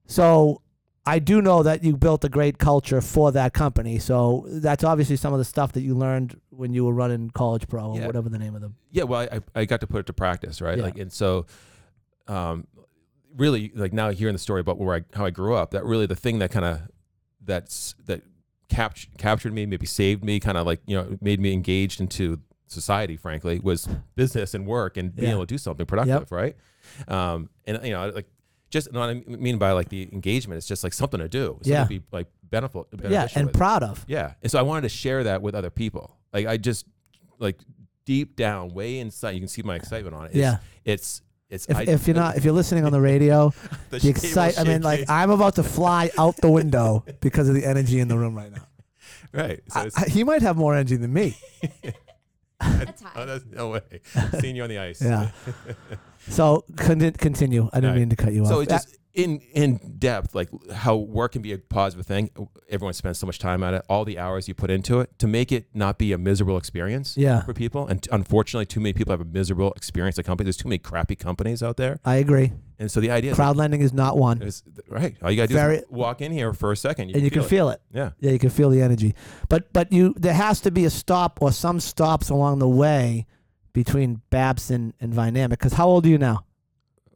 so I do know that you built a great culture for that company. So that's obviously some of the stuff that you learned when you were running College Pro or
Yeah.
whatever the name of them.
yeah well I, I got to put it to practice right
Yeah.
like and so um really like now hearing the story about where I how I grew up that really the thing that kind of that's that capt- captured me maybe saved me kind of like you know made me engaged into society frankly was business and work and being
Yeah.
able to do something productive right um and you know like just you know what I mean by like the engagement it's just like something to do something
Yeah.
to be like beneficial
Yeah,
beneficial
and
with.
proud of.
Yeah. And so I wanted to share that with other people. Like I just like deep down, way inside, you can see my excitement on it. It's,
Yeah.
It's it's
If,
I- *laughs*
if you're not, if you're listening on the radio,
the
the
table
excite. I mean, like
shaking.
I'm about to fly out the window because of the energy in the room right now.
right. So
I,
it's,
I- he might have more energy than me.
That's high.
*laughs* oh, that's, no way.
*laughs*
Seeing you on the ice. *laughs*
Yeah. So con- continue. I didn't
Right.
mean to cut you
So
off.
it's just in in depth, like how work can be a positive thing. Everyone spends so much time at it, all the hours you put into it to make it not be a miserable experience
Yeah.
for people. And t- unfortunately, too many people have a miserable experience at companies. There's too many crappy companies out there.
I agree.
And so the idea is
Crowd lending is not one,
It's, right. All you gotta do
Very-
is walk in here for a second,
and you can feel it.
it. Yeah.
Yeah, you can feel the energy. But but you there has to be a stop or some stops along the way between Babson and Vynamic. Because how old are you now?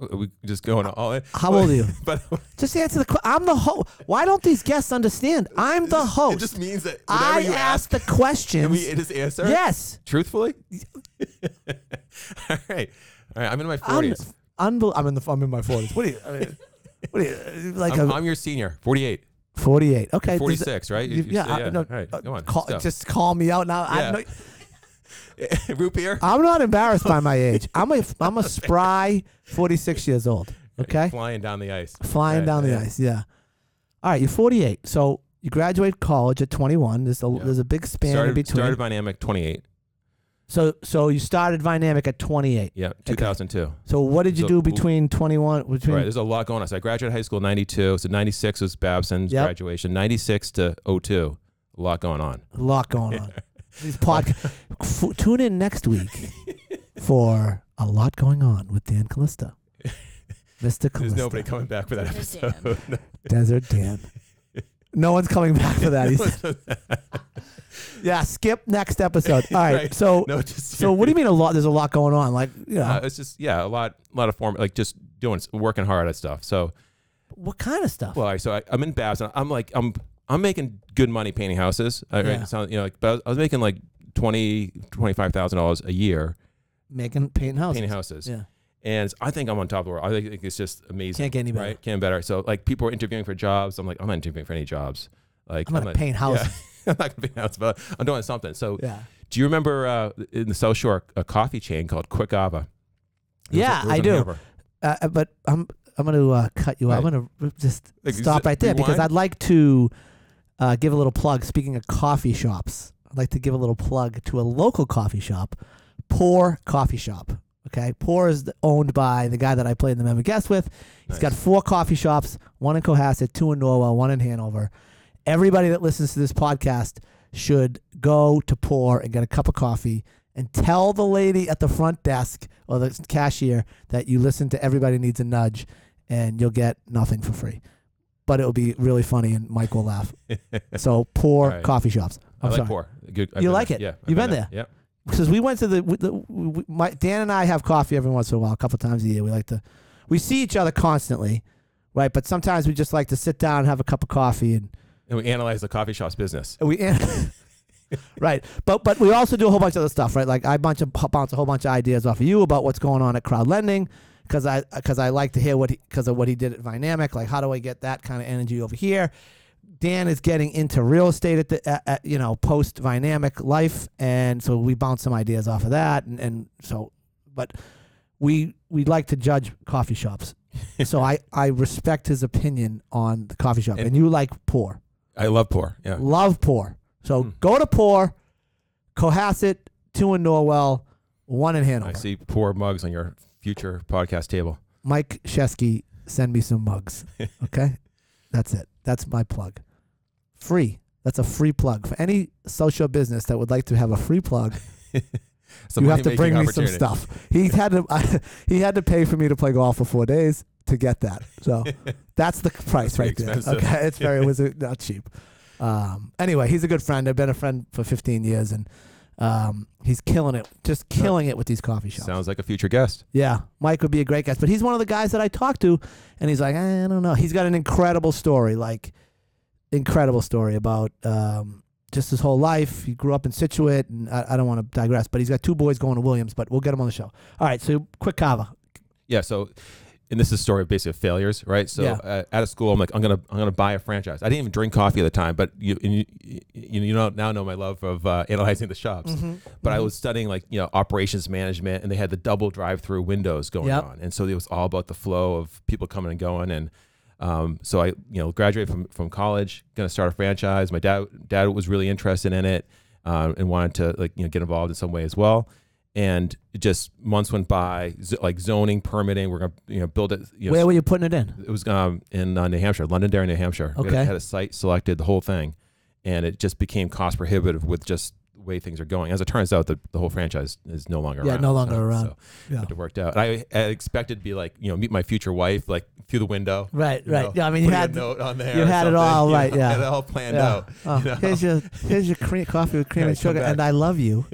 Are We just going all in.
How old are you?
*laughs* But
Just answer the question. *laughs* I'm the host. Why don't these guests understand? I'm the host.
*laughs* it just means that whatever
I
you
ask
ask,
the
can we
questions.
just answer.
Yes.
Truthfully. *laughs* all right. All right. I'm in my
I'm,
forties.
unbel- I'm in the. I'm in my 40s. What are you? I mean, what are you? uh, Like
I'm,
a
I'm your senior. Forty-eight.
48. Okay. does-
Forty-six. Right. You-
you-
you
yeah.
say-
I- no,
all right.
uh,
Come on.
call-
let's
just call me out now. I
Yeah.
know,
go. *laughs* root beer.
I'm not embarrassed by my age. I'm a I'm a
*laughs*
spry 46 years old. *laughs* Okay.
Flying down the ice.
flying
Right,
down the
yeah.
ice. Yeah. All right, you're 48, so you graduate college at 21. There's a
Yeah.
there's a big span in
Started,
between.
started Dynamic 28.
so so you started Vynamic at 28.
Yeah, 2002.
So what did you do
So-
between 21 between?
Right, there's a lot going on. So I graduated high school in 92. So 96 was Babson's
Yep.
graduation. 96 to 02, a lot going on.
A lot going
*laughs*
on. These podca- F- tune in next week for a lot going on with Dan
*laughs*
Callista, Mr.
There's
Callista,
nobody coming back for that
Desert
episode. *laughs*
Desert Dan. No one's coming back for
*laughs*
that. *laughs* He's, yeah, skip next episode. All right,
*laughs* Right.
so
no, just *laughs*
so what do you mean a lot? There's a lot going on. Like you know,
Uh, it's just yeah, a lot, a lot of form, like just doing, working hard at stuff. So,
what kind of stuff?
well, I- so I, I'm in Babson. I'm like, I'm, I'm making good money painting houses. I,
Yeah.
yeah. you know, like, but I was, I was making like twenty, twenty-five thousand dollars a year
making painting houses.
painting houses.
Yeah.
And I think I'm on top of the world. I think it's just amazing.
Can't get any better.
Right? Can't better. So like people are interviewing for jobs. I'm like, I'm not interviewing for any jobs. Like
I'm gonna paint houses.
Yeah, *laughs* I'm not gonna paint houses, but I'm doing something. So
*laughs* Yeah.
do you remember uh, in the South Shore a coffee chain called Quick Ava? It was-
Yeah,
it was
I
in
do.
Hanover.
Uh, uh, but I'm I'm going to uh, cut you. out. I'm
Right.
going to just
Like,
stop
is it-
right there because
rewind?
I'd like to uh, give a little plug. Speaking of coffee shops, I'd like to give a little plug to a local coffee shop, Pour Coffee Shop. Okay, Pour is the- owned by the guy that I played in the member guest with. He's got four coffee shops: one in Cohasset, two in Norwell, one in Hanover. everybody that listens to this podcast should go to Pour and get a cup of coffee and tell the lady at the front desk or the cashier that you listen to Everybody Needs a Nudge and you'll get nothing for free. But it'll be really funny and Mike will
*laughs*
laugh. So Pour
All right.
coffee shops.
i
I'm
like
sorry.
poor. Good, I've
You
been
like
there.
it?
Yeah.
You've been
Yeah.
because we went to the, we, the we, we- my, Dan and I have coffee every once in a while, a couple times a year. We like to, we see each other constantly, right? But sometimes we just like to sit down and have a cup of coffee and
And we analyze the coffee shop's business.
we, *laughs* right? But but we also do a whole bunch of other stuff, right? Like I bunch of bounce a whole bunch of ideas off of you about what's going on at crowd lending, because I because I like to hear what because of what he did at Vinamic. Like how do I get that kind of energy over here? Dan is getting into real estate at the at, at, you know post Vinamic life, and so we bounce some ideas off of that, and, and so but we we like to judge coffee shops. so I, I respect his opinion on the coffee shop,
And-
and you like poor
I love poor. Yeah.
love poor. So
Hmm.
go to poor, Cohasset, two in Norwell, one in Hanover.
I see poor mugs on your future podcast table.
Mike Shesky, send me some
*laughs*
mugs. Okay, that's it. That's my plug. Free. That's a free plug for any social business that would like to have a free
*laughs*
plug.
It's a
you have to
money-making
bring me some
opportunity. *laughs*
stuff. He had to *laughs* he had to pay for me to play golf for four days to get that. So that's the price
pretty
right there.
expensive.
Okay, it's
*laughs*
very it was uh, not cheap. Um, anyway, he's a good friend. I've been a friend for 15 years, and um, he's killing it, just killing it with these coffee shops.
Sounds like a future guest.
Yeah, Mike would be a great guest, but he's one of the guys that I talked to, and he's like, "Eh, I don't know. He's got an incredible story, like incredible story about um, just his whole life. He grew up in Situate, and I, I don't want to digress, but he's got two boys going to Williams, but we'll get him on the show. All right, so quick kava.
Yeah. So, and this is a story of basically failures, right? So,
Yeah.
uh, out of school, I'm like, I'm gonna, I'm gonna buy a franchise. I didn't even drink coffee at the time, but you, and you, you, you know, now know my love of uh, analyzing the shops. But
Mm-hmm.
I was studying like you know operations management, and they had the double drive-through windows going
Yep.
on, and so it was all about the flow of people coming and going. And um, so I you know graduated from from college, gonna start a franchise. My dad dad was really interested in it um, and wanted to like you know get involved in some way as well. And it just months went by, z- like zoning, permitting. We're gonna you know build it. You know,
Where were you putting it in?
it was um, in uh, New Hampshire, Londonderry, New Hampshire. We had-
Okay.
had a site selected, the whole thing, and it just became cost prohibitive with just the way things are going. As it turns out, the, the whole franchise is no longer
Yeah,
around.
no longer around. Yeah.
It worked out. I, I expected to be like, you know, meet my future wife like through the window.
Right,
you
right.
know,
yeah, I mean, you
putting
had
a note on there.
you
or
had it
something,
all
*laughs* you
right,
know,
yeah.
had it all planned
yeah.
out.
Oh,
you know?
Here's your here's your cream, coffee with cream
Yeah,
and
come
sugar,
back.
and I love
*laughs*
you.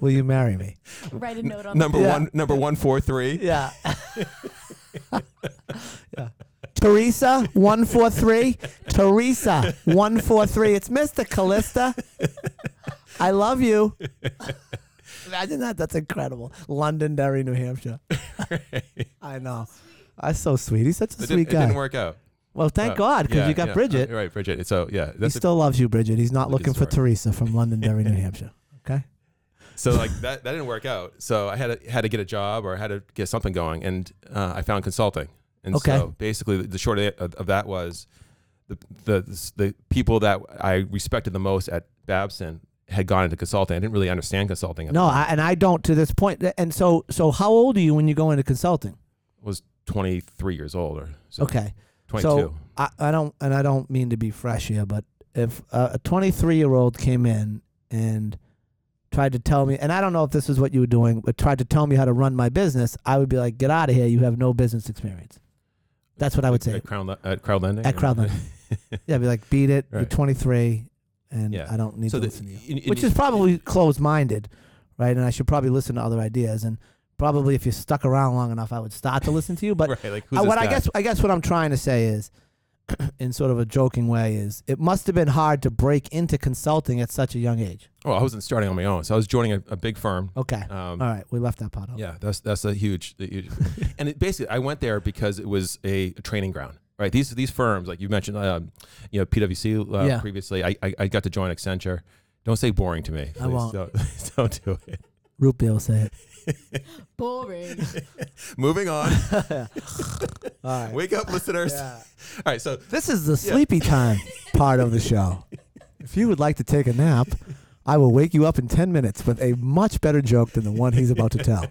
Will you marry me?
Write a note on
Number
Yeah.
one, number one four three.
Yeah. *laughs* yeah. Teresa one four three. Teresa one four three. It's Mr. Callista. I love you. Imagine that. That's incredible. Londonderry, New
*laughs*
Hampshire. I know. That's so sweet. He's such a
It, did,
sweet
it
guy.
didn't work out.
Well, thank
Uh,
God, because
yeah,
you got
yeah.
Bridget.
Uh, right, Bridget. So yeah,
he
that's a-
still loves you, Bridget. He's not
Look at
looking for
story.
Teresa from Londonderry,
*laughs*
New Hampshire. Okay.
So like that, that didn't work out. So I had to, had to get a job or I had to get something going, and uh, I found consulting. And
Okay.
so basically, the short of, of that was the, the the people that I respected the most at Babson had gone into consulting. I didn't really understand consulting. at
No,
the time.
I, and I don't to this point. And so, so how old are you when you go into consulting?
I was 23 years old or so,
Okay.
22.
So I, I don't, and I don't mean to be fresh here, but if uh, a 23 year old came in and tried to tell me, and I don't know if this is what you were doing, but tried to tell me how to run my business, I would be like, get out of here. You have no business experience. That's what I would
At-
say
at Crown at Crowd Lending.
at
or-
Crowdland. yeah, I'd be like, beat it. You're
Right.
23, and
Yeah.
I don't need
*laughs* So
to
the-
listen to you.
in- in-
Which is probably closed minded, right? And I should probably listen to other ideas. And probably if you stuck around long enough, I would start to listen to you. But
*laughs* right, like who's
Uh,
this
what I
guy?
guess I guess what I'm trying to say is, *clears throat* in sort of a joking way, is it must have been hard to break into consulting at such a young age.
Well, Oh, I wasn't starting on my own, so I was joining a, a big firm.
Okay,
Um,
all right, we left that part out.
Yeah, that's that's a huge, a huge and it basically I went there because it was a, a training ground, right? These these firms, like you mentioned, um, you know PwC uh,
Yeah.
previously. I, I I got to join Accenture. Don't say boring to me.
I
please.
won't.
Don't, *laughs* don't do it.
*laughs* Root beer will say
*laughs*
it. *laughs*
boring.
Moving on.
All right.
Wake up, listeners.
Yeah.
All right, so
This is the sleepy time part of the
*laughs*
show. If you would like to take a nap, I will wake you up in ten minutes with a much better joke than the one he's about to tell.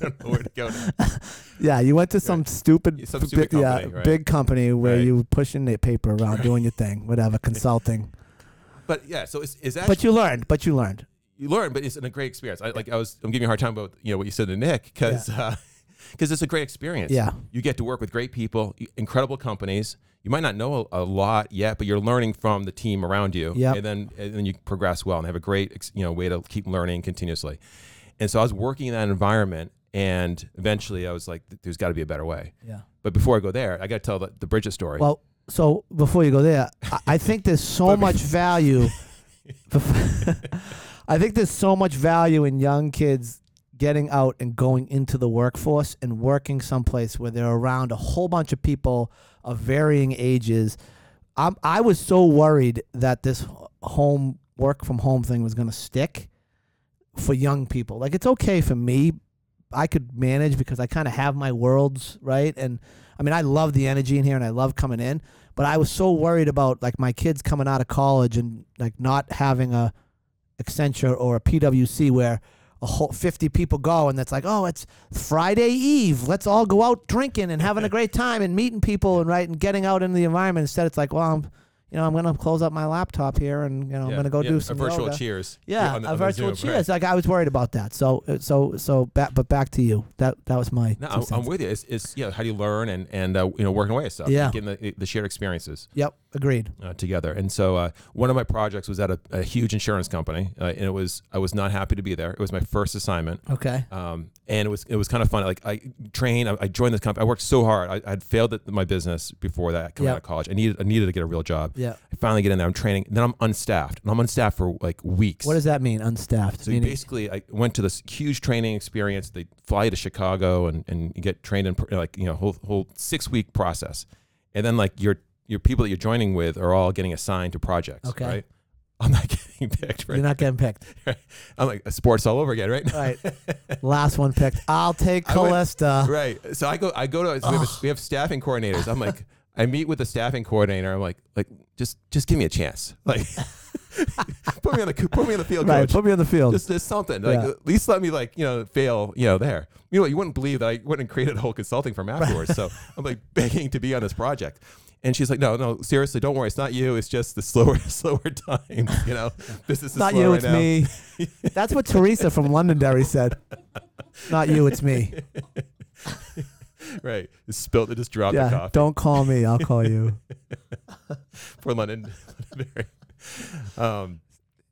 don't know where to go. now.
Yeah, you went to some stupid,
Some stupid
bi-
company,
yeah,
right.
big company where
Right.
you were pushing the paper around, doing your thing,
*laughs*
whatever, consulting.
But yeah, so is, is that
But you learned. But you learned.
you learn, but it's a great experience. I like I was I'm giving you a hard time about you know what you said to Nick because *laughs* because it's a great experience.
Yeah.
you get to work with great people, y- incredible companies. You might not know a, a lot yet, but you're learning from the team around you.
Yep.
and then and then you progress well and have a great ex- you know way to keep learning continuously. And so I was working in that environment, and eventually I was like, "There's got to be a better way."
Yeah.
But before I go there, I got to tell the, the Bridget story.
Well, so before you go there, I, I think there's so much value. bef- *laughs* I think there's so much value in young kids getting out and going into the workforce and working someplace where they're around a whole bunch of people of varying ages. I'm, I was so worried that this h- home work from home thing was going to stick for young people. Like it's okay for me. I could manage because I kind of have my worlds, right? And I mean, I love the energy in here and I love coming in, but I was so worried about like my kids coming out of college and like not having a Accenture or a PWC where a whole 50 people go and that's like, "Oh, it's Friday eve. Let's all go out drinking and having a
*laughs*
great time and meeting people and right and getting out into the environment." Instead, it's like, "Well, I'm you know, I'm going to close up my laptop here and you know, I'm
Yeah,
going to go
yeah,
do some
a virtual
yoga.
cheers.
Yeah,
on the-
a
on the
virtual
Zoom,
cheers.
right.
Like I was worried about that. So uh, so so back, but back to you. That that was my.
No,
two
I'm, I'm
cents.
with you. It's, it's yeah, how do you learn and and uh, you know working away at stuff.
Yeah.
getting the, the shared experiences
Yep, agreed.
uh, together. And so uh, one of my projects was at a, a huge insurance company, uh, and it was I was not happy to be there. It was my first assignment.
Okay.
Um, and it was it was kind of fun. Like I trained, I, I joined this company. I worked so hard. I, I had failed at my business before that coming
Yeah.
out of college. I needed I needed to get a real job.
Yeah.
I finally get in there. I'm training. Then I'm unstaffed, and I'm unstaffed for like weeks.
What does that mean? Unstaffed.
So you
Meaning-
basically, I went to this huge training experience. They fly you to Chicago and, and you get trained in pr- like you know whole whole six week process, and then like your your people that you're joining with are all getting assigned to projects.
Okay.
Right. I'm not *laughs* getting picked. Right.
you're not getting
*laughs*
picked.
I'm like sports all over again. Right.
All right. Last one picked. I'll take
I went-
Callista.
*laughs* right. So I go. I go to. so we, have a-
Oh.
we have staffing coordinators. I'm like. I meet with the staffing coordinator. I'm like, like just just give me a chance. Like, *laughs* put me on the co- put me on the field,
Right.
coach.
Put me on the field.
Just, just something. Like
Yeah.
at least let me like you know fail. You know there. You know you wouldn't believe that I went and created a whole consulting firm afterwards.
*laughs*
so I'm like begging to be on this project. And she's like, no, no, seriously, don't worry. It's not you. It's just the slower, *laughs* slower time.
*laughs*
You know, business is
not
slow
you.
right
it's
now.
me. That's what Teresa from Londonderry said. Not you. It's
*laughs*
me.
*laughs* Right. It's spilled. It just dropped the
yeah.
coffee.
Don't call me. I'll call you.
for London. *laughs*
*laughs*
Londonderry. um,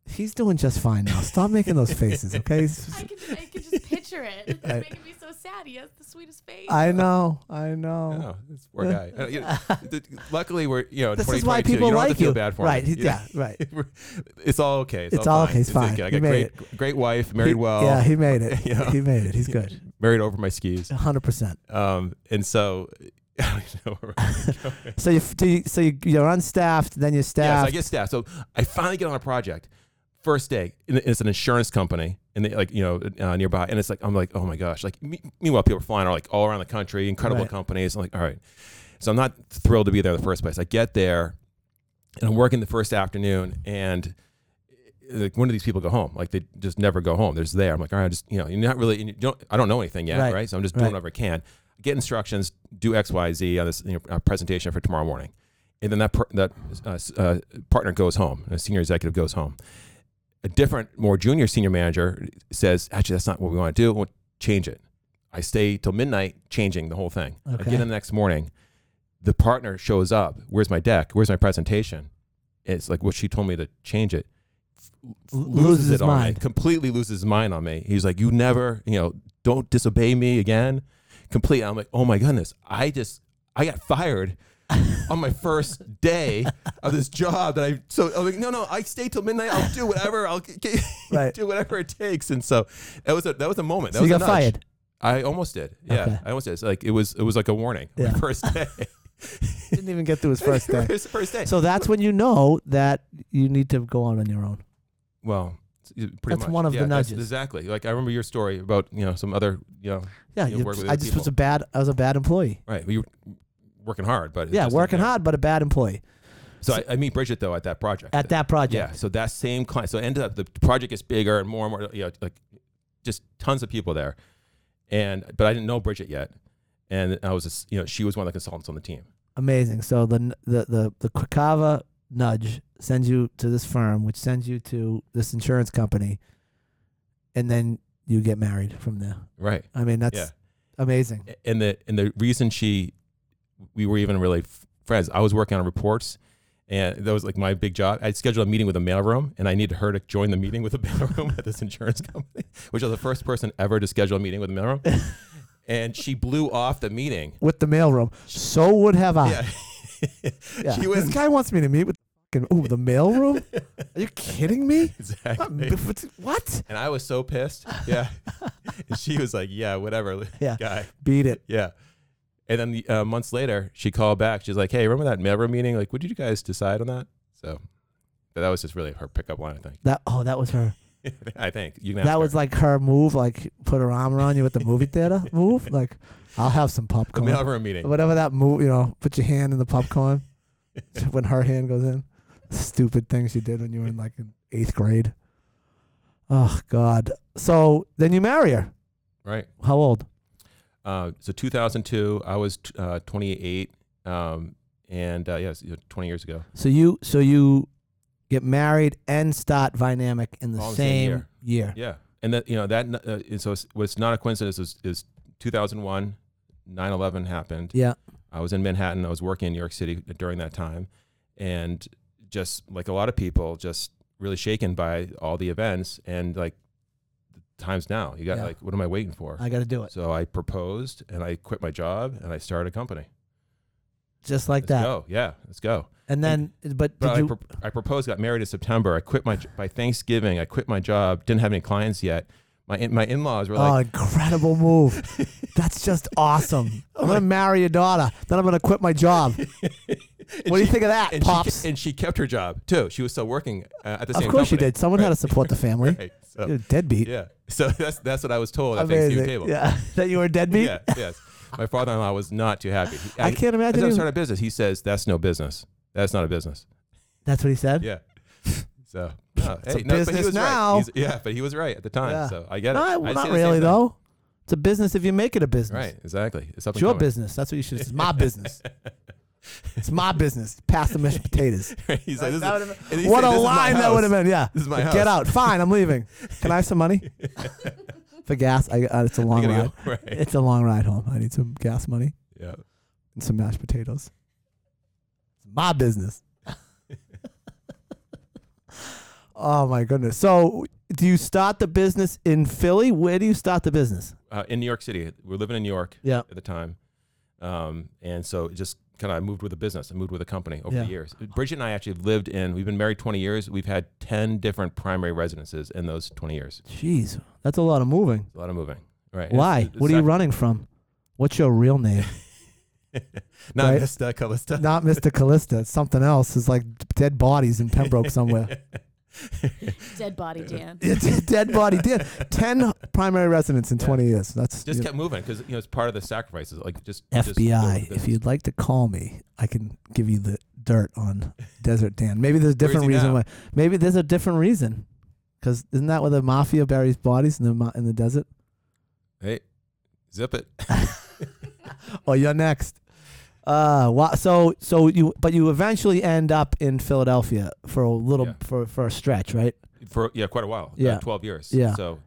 He's doing just fine now. Stop making those faces,
*laughs*
okay?
I can, I can just picture it.
*laughs*
It's
I-
making me so sad. He has the sweetest face.
I know. I know.
no, oh, this poor guy. Uh,
*laughs*
you know, th- luckily, we're you know in
This is why
2022,
people
you don't
like
have to feel
you.
bad for
right.
him.
he-
You know? *laughs*
Yeah. Right.
We're- it's all okay. It's,
It's
all
all
fine.
okay. It's fine.
okay. I
He
got
made
great, great wife, married
He-
well.
Yeah. He made
*laughs*
it.
you know?
He made it. He's good.
*laughs* married over my skis.
100%.
Um, and so *laughs* I don't know. where-
So you, f- do you so you, you're unstaffed, then you're
yeah, so I
staffed.
get staff. So I finally get on a project. First day, and it's an insurance company, and they like you know uh, nearby, and it's like I'm like, oh my gosh! Like me- meanwhile, people are flying are like all around the country, incredible
Right.
companies. I'm like, all right, so I'm not thrilled to be there in the first place. I get there, and I'm working the first afternoon, and eh, like when do these people go home? Like they just never go home. They're just there. I'm like, all right, I just you know, you're not really. You don't. I don't know anything yet,
Right.
right? So I'm just doing
Right.
whatever I can. Get instructions. Do X, Y, Z on this you know, uh, presentation for tomorrow morning, and then that per, that uh, s- uh, partner goes home. A senior executive goes home. A different, more junior senior manager says, actually, that's not what we want to do. We'll change it. I stay till midnight changing the whole thing. I
Okay.
get in the next morning. The partner shows up. Where's my deck? Where's my presentation? It's like, well, she told me to change it
L-
loses
his
it on me.
mind.
Completely loses his mind on me. He's like, "You never, you know, don't disobey me again." Complete. I'm like, "Oh my goodness, I just, I got fired
*laughs*
on my first *laughs* day of this job that I." So I'm like, "No, no, I stay till midnight. I'll do whatever. I'll g- *laughs* g-
Right.
do whatever it takes." And so that was a that was a moment. That
So
was
you
a
got
nudge.
fired.
*laughs* I almost did. Yeah,
Okay.
I almost did. It's like it was it was like a warning. on
Yeah.
My first day.
Didn't even get through his *laughs* first
*laughs*
day.
It's the first day.
So that's when you know that you need to go out on your own.
well. Pretty
That's
much.
one of the
Yeah, that's
nudges.
Exactly. Like I remember your story about you know some other you know
Yeah,
You
you-
work with
I
other
just was
people.
a bad. I was a bad employee.
Right. We were working hard, but it
yeah,
just-
working hard, but a bad employee
So I, I meet Bridget though at that project.
at that project.
Yeah. So that same client. So it ended up the project gets bigger and more and more. You know, like just tons of people there, and but I didn't know Bridget yet, and I was just, you know she was one of the consultants on the team.
Amazing. So the the the the Krakava nudge sends you to this firm, which sends you to this insurance company, and then you get married from there.
Right.
I mean, that's
Yeah.
amazing.
A- and the and the reason she we were even really f- friends i was working on reports and that was like my big job i scheduled a meeting with a mailroom and i needed her to join the meeting with a *laughs* mailroom at this insurance company which was the first person ever to schedule a meeting with
*laughs*
a mailroom and she blew off the meeting
With the mailroom, so would have I.
yeah,
Yeah.
she was
this guy wants me to meet with fucking ooh the
*laughs*
mailroom. Are you kidding me? Not- *laughs*
exactly
what's- What?
and i was so pissed yeah *laughs* and she was like yeah whatever
Yeah.
guy
Beat it.
Yeah. And then the, uh, months later, she called back. She's like, "Hey, remember that Melbourne meeting? Like, what did you guys decide on that?" So, but that was just really her pickup line. I think.
That oh, that was her.
I think *laughs* you can.
that was like her move, like put her arm around you at the movie theater
*laughs*
move. Like, I'll have some
the
popcorn.
Melbourne meeting.
Whatever that move, you know, put your hand in the popcorn *laughs* when her hand goes in. Stupid things you did when you were in like in eighth grade. Oh God. So then you marry her.
Right.
How old?
Uh, so 2002, I was t- uh, 28, um, and uh, yes, yeah, 20 years ago.
So you so you get married and start Dynamic in the
All in the Oh, same
same
year.
year.
Yeah. And that you know that uh, is- so it's- what's not a coincidence is, is 2001, 9/11 happened.
Yeah.
I was in Manhattan. I was working in New York City during that time, and just like a lot of people, just really shaken by all the events and like the times now. You got
Yeah.
like, what am I waiting for?
I got to do it.
so I proposed and I quit my job and I started a company.
Just like
let's
that.
go, yeah, let's go.
And then but
But
did
I,
you
pro- I proposed, got married in September. I quit my j- by Thanksgiving. I quit my job. Didn't have any clients yet. My in- my in laws were
Oh,
like,
incredible
*laughs*
move. That's just awesome. Oh,
Oh
I'm going to marry your daughter. Then I'm going to quit my job. What do you think of that,
*laughs* and
Pops?
She, and she kept her job too. She was still working uh, at the
of
same.
course you
company.
did. Someone had to support the family.
Right, so-
You're a deadbeat.
Yeah. So *laughs* that's that's what I was told at Thanksgiving
Amazing.
table.
Yeah. *laughs* that you were a deadbeat?
Yeah.
*laughs*
Yes. My father-in-law was not too happy. He-
I can't
I
imagine.
said, I'm
you-
starting a business. He says that's no business. That's not a business.
That's what he said?
Yeah. So no,
It's a
hey, no, but
business
he was
now.
Right. He's- yeah, but he was right at the time.
Yeah.
So I get it.
No,
I
well,
say
not
the same
really,
thing.
though. It's a business if you make it a business.
Right. Exactly. It's up
It's
and
your
coming.
business. That's what you should. It's
*laughs*
my business. It's my business. Pass the
*laughs*
mashed potatoes.
He's like, this
That
is,
would've
*laughs* and he
What
said,
a
"This is my
line that
house."
would have been. Yeah.
*laughs* This is my house.
Get
*laughs*
out. Fine. I'm leaving. Can I have some money for gas? I, uh, it's a
I
long
gotta
ride.
go. Right.
It's a long ride home. I need some gas money
Yeah.
and some mashed potatoes. It's my business. *laughs* oh my goodness. So, do you start the business in Philly? Where do you start the business?
Uh, in New York City, we are living in New York.
Yeah.
at the time. Um, and so it just kind of I moved with a business. I moved with a company over
Yeah.
the years. Bridget and I actually have lived in, we've been married 20 years. We've had 10 different primary residences in those 20 years.
Jeez, that's a lot of moving.
It's a lot of moving. Right.
Why?
It's- it's
what are you
not-
running from? What's your real *laughs* name?
Not
right?
this uh,
*laughs*
color stuff.
Not Mr. Callista. It's something else. It's like dead bodies in Pembroke somewhere. *laughs*
Dead body Dan.
It's a dead body. Dead. Ten primary residents in 20 years. That's
Just
you-
kept moving because, you know, it's part of the sacrifices. Like just just build a
FBI.
business.
if you'd like to call me, I can give you the dirt
*laughs*
on Desert Dan. Maybe there's a different
he
reason
now?
why. Maybe there's a different reason. Because isn't that where the mafia buries bodies in the mo- in the desert?
Hey, zip it.
Oh, you're next. Uh, wow. So, so you, but you eventually end up in Philadelphia for a little,
Yeah.
for for a stretch, right?
For, yeah, quite a while. uh,
Yeah.
12 years.
Yeah.
So,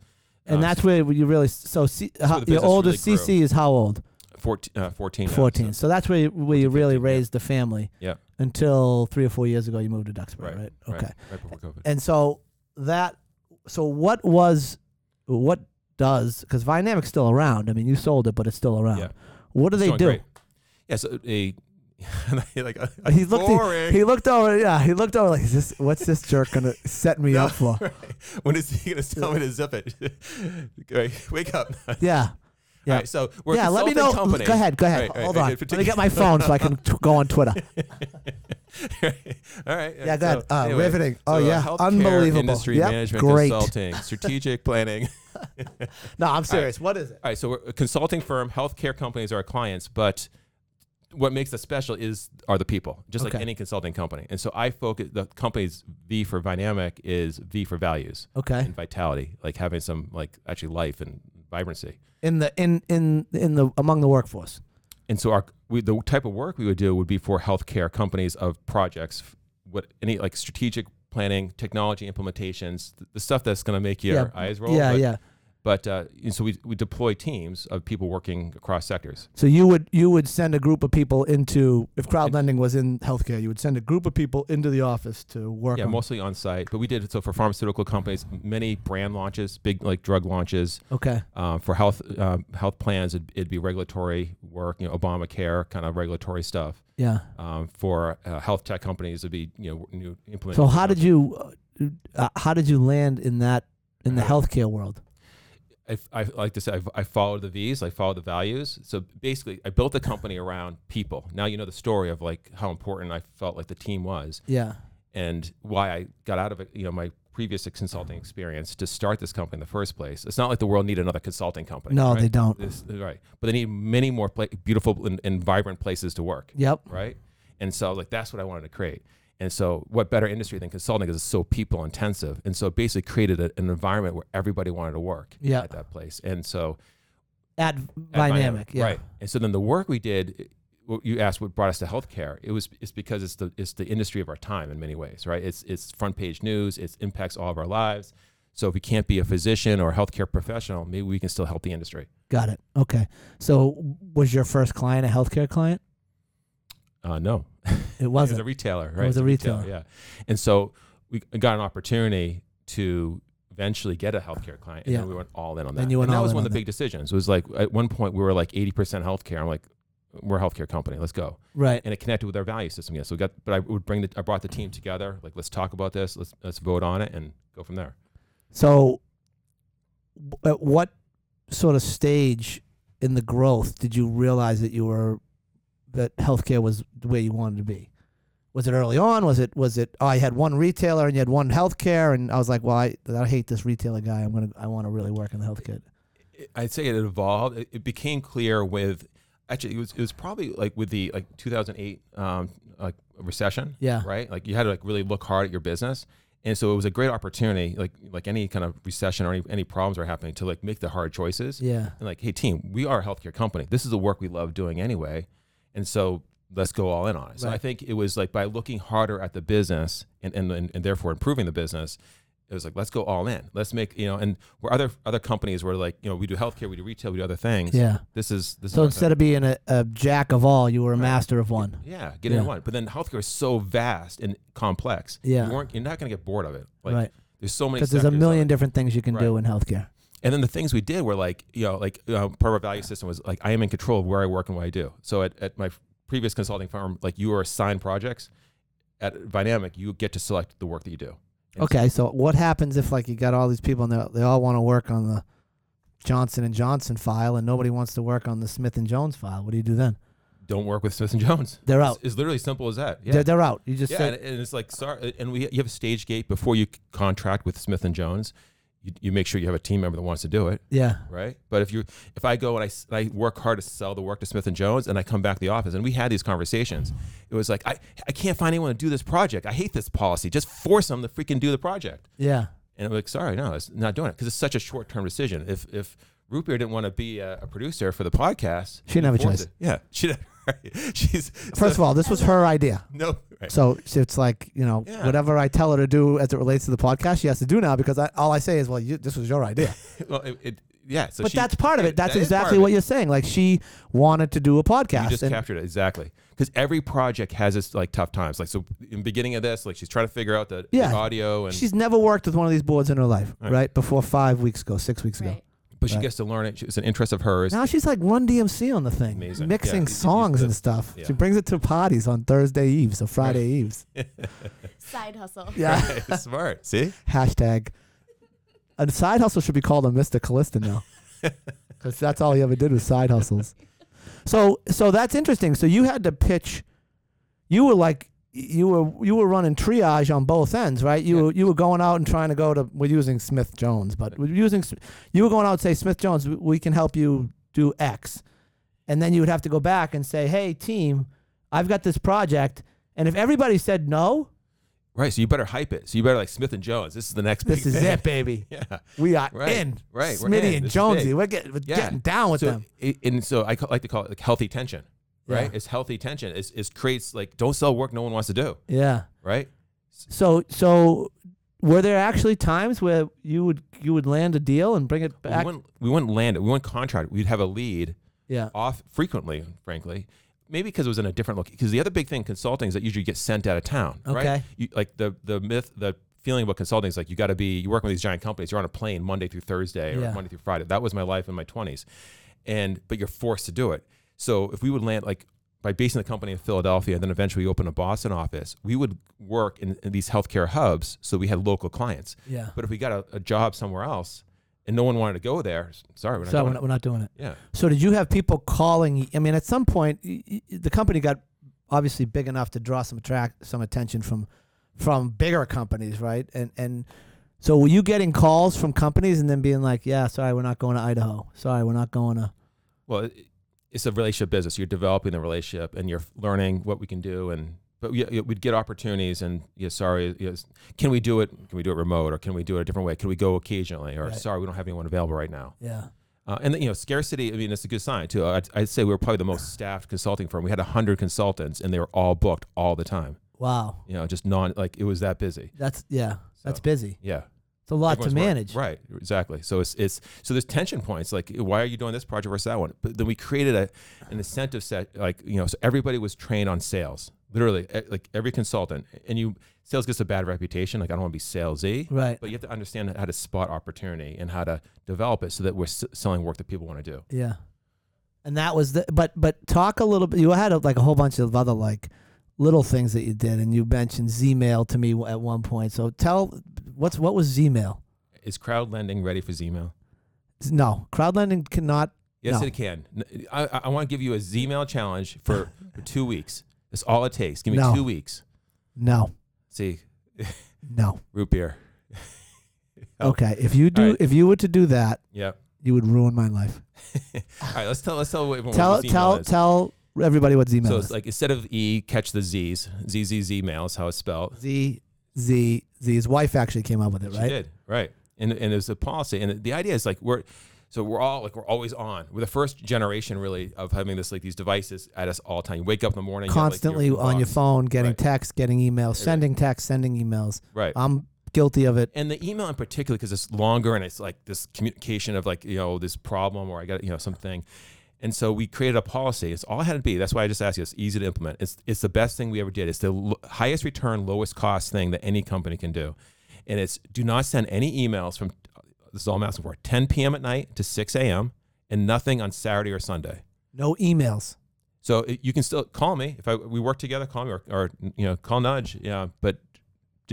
And
uh,
that's where you really. So, C, how, your
the business
oldest
really grew.
CC is how old?
14, uh, 14. now, so-
Fourteen. So that's where you, where you
14,
really
15, yeah.
raised the family.
Yeah.
Until three or four years ago, you moved to Duxbury,
Right,
right?
right.
Okay.
right before COVID.
And so that. So what was, what does because Vinamic's still around? I mean, you sold it, but it's still around.
Yeah.
What do
It's
they
going
do?
great. Yeah. So, a, *laughs* like, uh,
He looked.
boring.
He looked over. Yeah, he looked over. Like, is this what's this jerk gonna set me up
*laughs*
for?
When is he going to tell me to zip it? *laughs* Right, Wake up.
Yeah. Yeah.
All right, so we're a
yeah. Let me know.
consulting Company.
Go ahead. Go ahead.
Right, right,
Hold
right,
on.
in
Let me get my phone so I can t- go on Twitter.
*laughs* All right.
Yeah. Go ahead.
so
Uh,
anyway,
riveting. Oh
so, uh,
yeah.
healthcare
Unbelievable.
Industry
Yep,
management
Great. *laughs*
consulting, strategic planning.
No, I'm serious. What is it?
All right, so we're a consulting firm. Healthcare companies are our clients, but what makes us special is are the people, just
Okay.
like any consulting company. And so I focus the company's V for dynamic is V for values
Okay. *laughs*
and vitality, like having some like actually life and vibrancy.
in the in in in the among the workforce.
And so our we, the type of work we would do would be for healthcare companies of projects, what any like strategic planning, technology implementations, the, the stuff that's going to make your
Yeah.
eyes roll.
yeah,
but,
yeah.
But uh, and so we we deploy teams of people working across sectors.
So you would you would send a group of people into if crowd lending was in healthcare, you would send a group of people into the office to work.
Yeah,
on.
mostly on site. But we did so for pharmaceutical companies, many brand launches, big like drug launches.
okay.
Um, for health um, health plans, it'd, it'd be regulatory work, you know, Obamacare kind of regulatory stuff.
Yeah.
Um, for uh, health tech companies, it'd be you know new implement.
So how did you uh, uh, how did you land in that in the
Uh,
healthcare world?
I, I like to say I've- I, followed the V's, I followed the values. So basically, I built the company around people. Now you know the story of like how important I felt like the team was
Yeah.
and why I got out of it. You know my previous consulting experience to start this company in the first place. It's not like the world needed another consulting company.
No,
right?
they don't.
This, right, but they need many more pla- beautiful and, and vibrant places to work.
Yep.
right? And so I was like, that's what I wanted to create. And so, what better industry than consulting because it's so people intensive? And so, it basically created a, an environment where everybody wanted to work
Yeah.
at that place. And so,
Ad
at
dynamic.
Miami,
Yeah.
right? And so, then the work we did, it- what you asked what brought us to healthcare. It was it's because it's the it's the industry of our time in many ways, right? It's it's front page news. It impacts all of our lives. So, if we can't be a physician or a healthcare professional, maybe we can still help the industry.
Got it. Okay. So was your first client a healthcare client?
Uh, no,
It
It was
wasn't.
a retailer, right?
was
It's
a
yeah. And so we got an opportunity to eventually get a healthcare client, and
Yeah.
then we went all in on that.
Then you went
and that
all
was
in
one
on
of the
that.
big decisions. Was like at one point we were like eighty percent healthcare. I'm like, we're a healthcare company. Let's go.
right.
And it connected with our value system. Yeah. So we got, but I would bring the, I brought the team together. Like, let's talk about this. Let's let's vote on it and go from there.
So w- at what sort of stage in the growth did you realize that you were that healthcare was the way you wanted to be? Was it early on? Was it was it oh, I had one retailer and you had one healthcare and I was like, well, I, I hate this retailer guy. I'm gonna I want to really work in the healthcare.
it- I'd say it evolved. It, it became clear with actually it was it was probably like with the like 2008 um, like recession.
Yeah.
Right. Like you had to like really look hard at your business, and so it was a great opportunity. Like like any kind of recession or any any problems are happening to like make the hard choices.
Yeah.
And like, hey team, we are a healthcare company. This is the work we love doing anyway, and so let's go all in on it. So I
Right.
think it was like by looking harder at the business and and and, and therefore improving the business. It was like let's go all in. Let's make you know, and where other other companies were like, you know, we do healthcare, we do retail, we do other things.
Yeah.
This is this.
So
is
instead of being a, a jack of all, you were a master of one.
yeah, get
Yeah.
in one. But then healthcare is so vast and complex.
Yeah.
you weren't, you're not going to get bored of it. Like,
Right.
There's so many.
Because there's a
sectors of it.
million different things you can do in healthcare.
And then the things we did were like, you know, like uh, part of our value system was like, I am in control of where I work and what I do. So at, at my previous consulting firm, like you were assigned projects. At Dynamic, you get to select the work that you do. And
Okay, so what happens if like you got all these people and they they all want to work on the Johnson and Johnson file and nobody wants to work on the Smith and Jones file? What do you do then?
Don't work with Smith and Jones.
They're
It's-
out.
It's, literally simple as that. Yeah.
They're, they're out. You just
yeah,
say
and, and it's like sorry, and we you have a stage gate before you c- contract with Smith and Jones. You, you make sure you have a team member that wants to do it.
yeah.
right? But if you if I go and I, s- I work hard to sell the work to Smith and Jones, and I come back to the office, and we had these conversations, it was like I I can't find anyone to do this project. I hate this policy. Just force them to freaking do the project.
Yeah.
And I'm like, sorry, no, it's not doing it because it's such a short term decision. If if Root Beer didn't want to be a, a producer for the podcast,
She didn't have a
force
choice.
it. Yeah, *laughs* she didn't. Right. She's
First of all, this was her idea.
*laughs* no. Right.
So so it's like, you know,
Yeah.
whatever I tell her to do as it relates to the podcast, she has to do now because I, all I say is, well, you, this was your idea.
Well, it, it, yeah. *laughs* So
but
she-
that's part of it. That's
that is part
exactly
of
what
it.
you're saying. Like she wanted to do a podcast.
You just
and-
captured it exactly because every project has its like tough times. Like so, in the beginning of this, like she's trying to figure out the, the
Yeah.
audio, and
She's never worked with one of these boards in her life, right?
Right.
Before five weeks ago, six weeks ago.
Right.
but she
Right.
gets to learn it. It's an interest of hers.
Now she's like Run DMC on the thing,
Amazing.
mixing
Yeah, he's- he's
songs
the-
and stuff. She
yeah.
brings it to parties on Thursday eves or Friday eves.
Side hustle.
*laughs*
*laughs*
Yeah.
It's smart. See,
Hashtag. A side hustle should be called a Mr. Callista now, because that's all he ever did was side hustles. So, so that's interesting. So you had to pitch. You were like you were you were running triage on both ends, right? You
Yeah.
were you were going out and trying to go to. We're using Smith Jones, but we're using S- you were going out and say Smith Jones, we- we can help you do X, and then you would have to go back and say, hey team, I've got this project, and if everybody said no,
Right. So you better hype it. So you better like Smith and Jones. This is the next
This
big *laughs*
is
thing.
it, baby.
Yeah.
We are
Right,
in.
right, we're
Smitty
in.
and
This is
Jonesy.
big.
We're, getting, we're
Yeah.
getting down with
so,
them.
it- and so I ca- like to call it like healthy tension, right?
Yeah.
It's healthy tension. It's, it's creates like don't sell work no one wants to do,
Yeah.
right?
So so were there actually times where you would you would land a deal and bring it
We
back?
wouldn't, we wouldn't land it. We wouldn't contract. it. We'd have a lead
Yeah.
off frequently, frankly. Maybe because it was in a different location. Because the other big thing consulting is that usually you get sent out of town,
Okay.
right? You, like the the myth, the feeling about consulting is like you got to be. You work with these giant companies. You're on a plane Monday through Thursday or
Yeah.
Monday through Friday. That was my life in my 20s, and but you're forced to do it. So if we would land like by basing the company in Philadelphia and then eventually open a Boston office, we would work in, in these healthcare hubs. So we had local clients.
Yeah.
But if we got a, a job somewhere else and no one wanted to go there, s- sorry, we're not
So we're
going.
not, we're not doing it.
yeah.
So did you have people calling? I mean, at some point, y- y- the company got obviously big enough to draw some attract some attention from from bigger companies, right? And and so were you getting calls from companies and then being like, "Yeah, sorry, we're not going to Idaho. Sorry, we're not going to."
Well, it- it's a relationship business. You're developing the relationship and you're learning what we can do. And but we, yeah, we'd get opportunities and yeah, sorry, yes, can we do it? Can we do it remote or can we do it a different way? Can we go occasionally? Or
Right.
sorry, we don't have anyone available right now.
Yeah.
Uh, and you know, scarcity. I mean, it's a good sign too. I'd, I'd say we were probably the most staffed consulting firm. We had hundred consultants and they were all booked all the time.
Wow.
You know, just non like it was that busy.
That's yeah. That's
So-
busy.
Yeah.
It's a lot to
Everyone's work.
manage.
Right, exactly. So it's it's so there's tension points. Like, why are you doing this project versus that one? But then we created a an incentive set. Like, you know, so everybody was trained on sales. Literally, e- like every consultant, and you sales gets a bad reputation. Like, I don't want to be salesy,
Right.
but you have to understand how to spot opportunity and how to develop it so that we're s- selling work that people want to do.
Yeah. And that was the but but talk a little bit. You had a, like a whole bunch of other like little things that you did, and you mentioned Zmail to me w- at one point. So tell what's what was Zmail?
Is crowd lending ready for Zmail?
No, crowd lending cannot.
Yes,
No.
it can. N- I, want to give you a Zmail challenge for, for two weeks. That's all it takes. Give me
No.
two weeks.
No,
See,
no.
root beer. Oh.
Okay, if you do,
right.
if you were to do that,
Yeah.
you would ruin my life.
All right, let's tell let's tell everyone
tell
what this email
tell
is.
tell everybody what Zmail
So
is.
it's like instead of E, catch the Z's. Z Z Z mail is how it's spelled.
Z Z Z's wife actually came up with it,
She
right?
did right, and and there's a policy, and the idea is like we're. So we're all like we're always on. We're the first generation really of having this like these devices at us all the time. You wake up in the morning, you have, like,
Constantly on your
inbox.
phone, getting
Right.
texts, getting emails, sending texts, sending emails.
right?
I'm guilty of it.
and the email in particular because it's longer and it's like this communication of like you know this problem or I got you know something, and so we created a policy. It's all it had to be. That's why I just asked you. It's easy to implement. It's it's the best thing we ever did. It's the l- highest return, lowest cost thing that any company can do, and it's do not send any emails from this is all I'm asking for 10 p.m. at night to 6 a.m. and nothing on Saturday or Sunday.
No emails.
So it- you can still call me if I, we work together. Call me or, or you know call Nudge. Yeah, but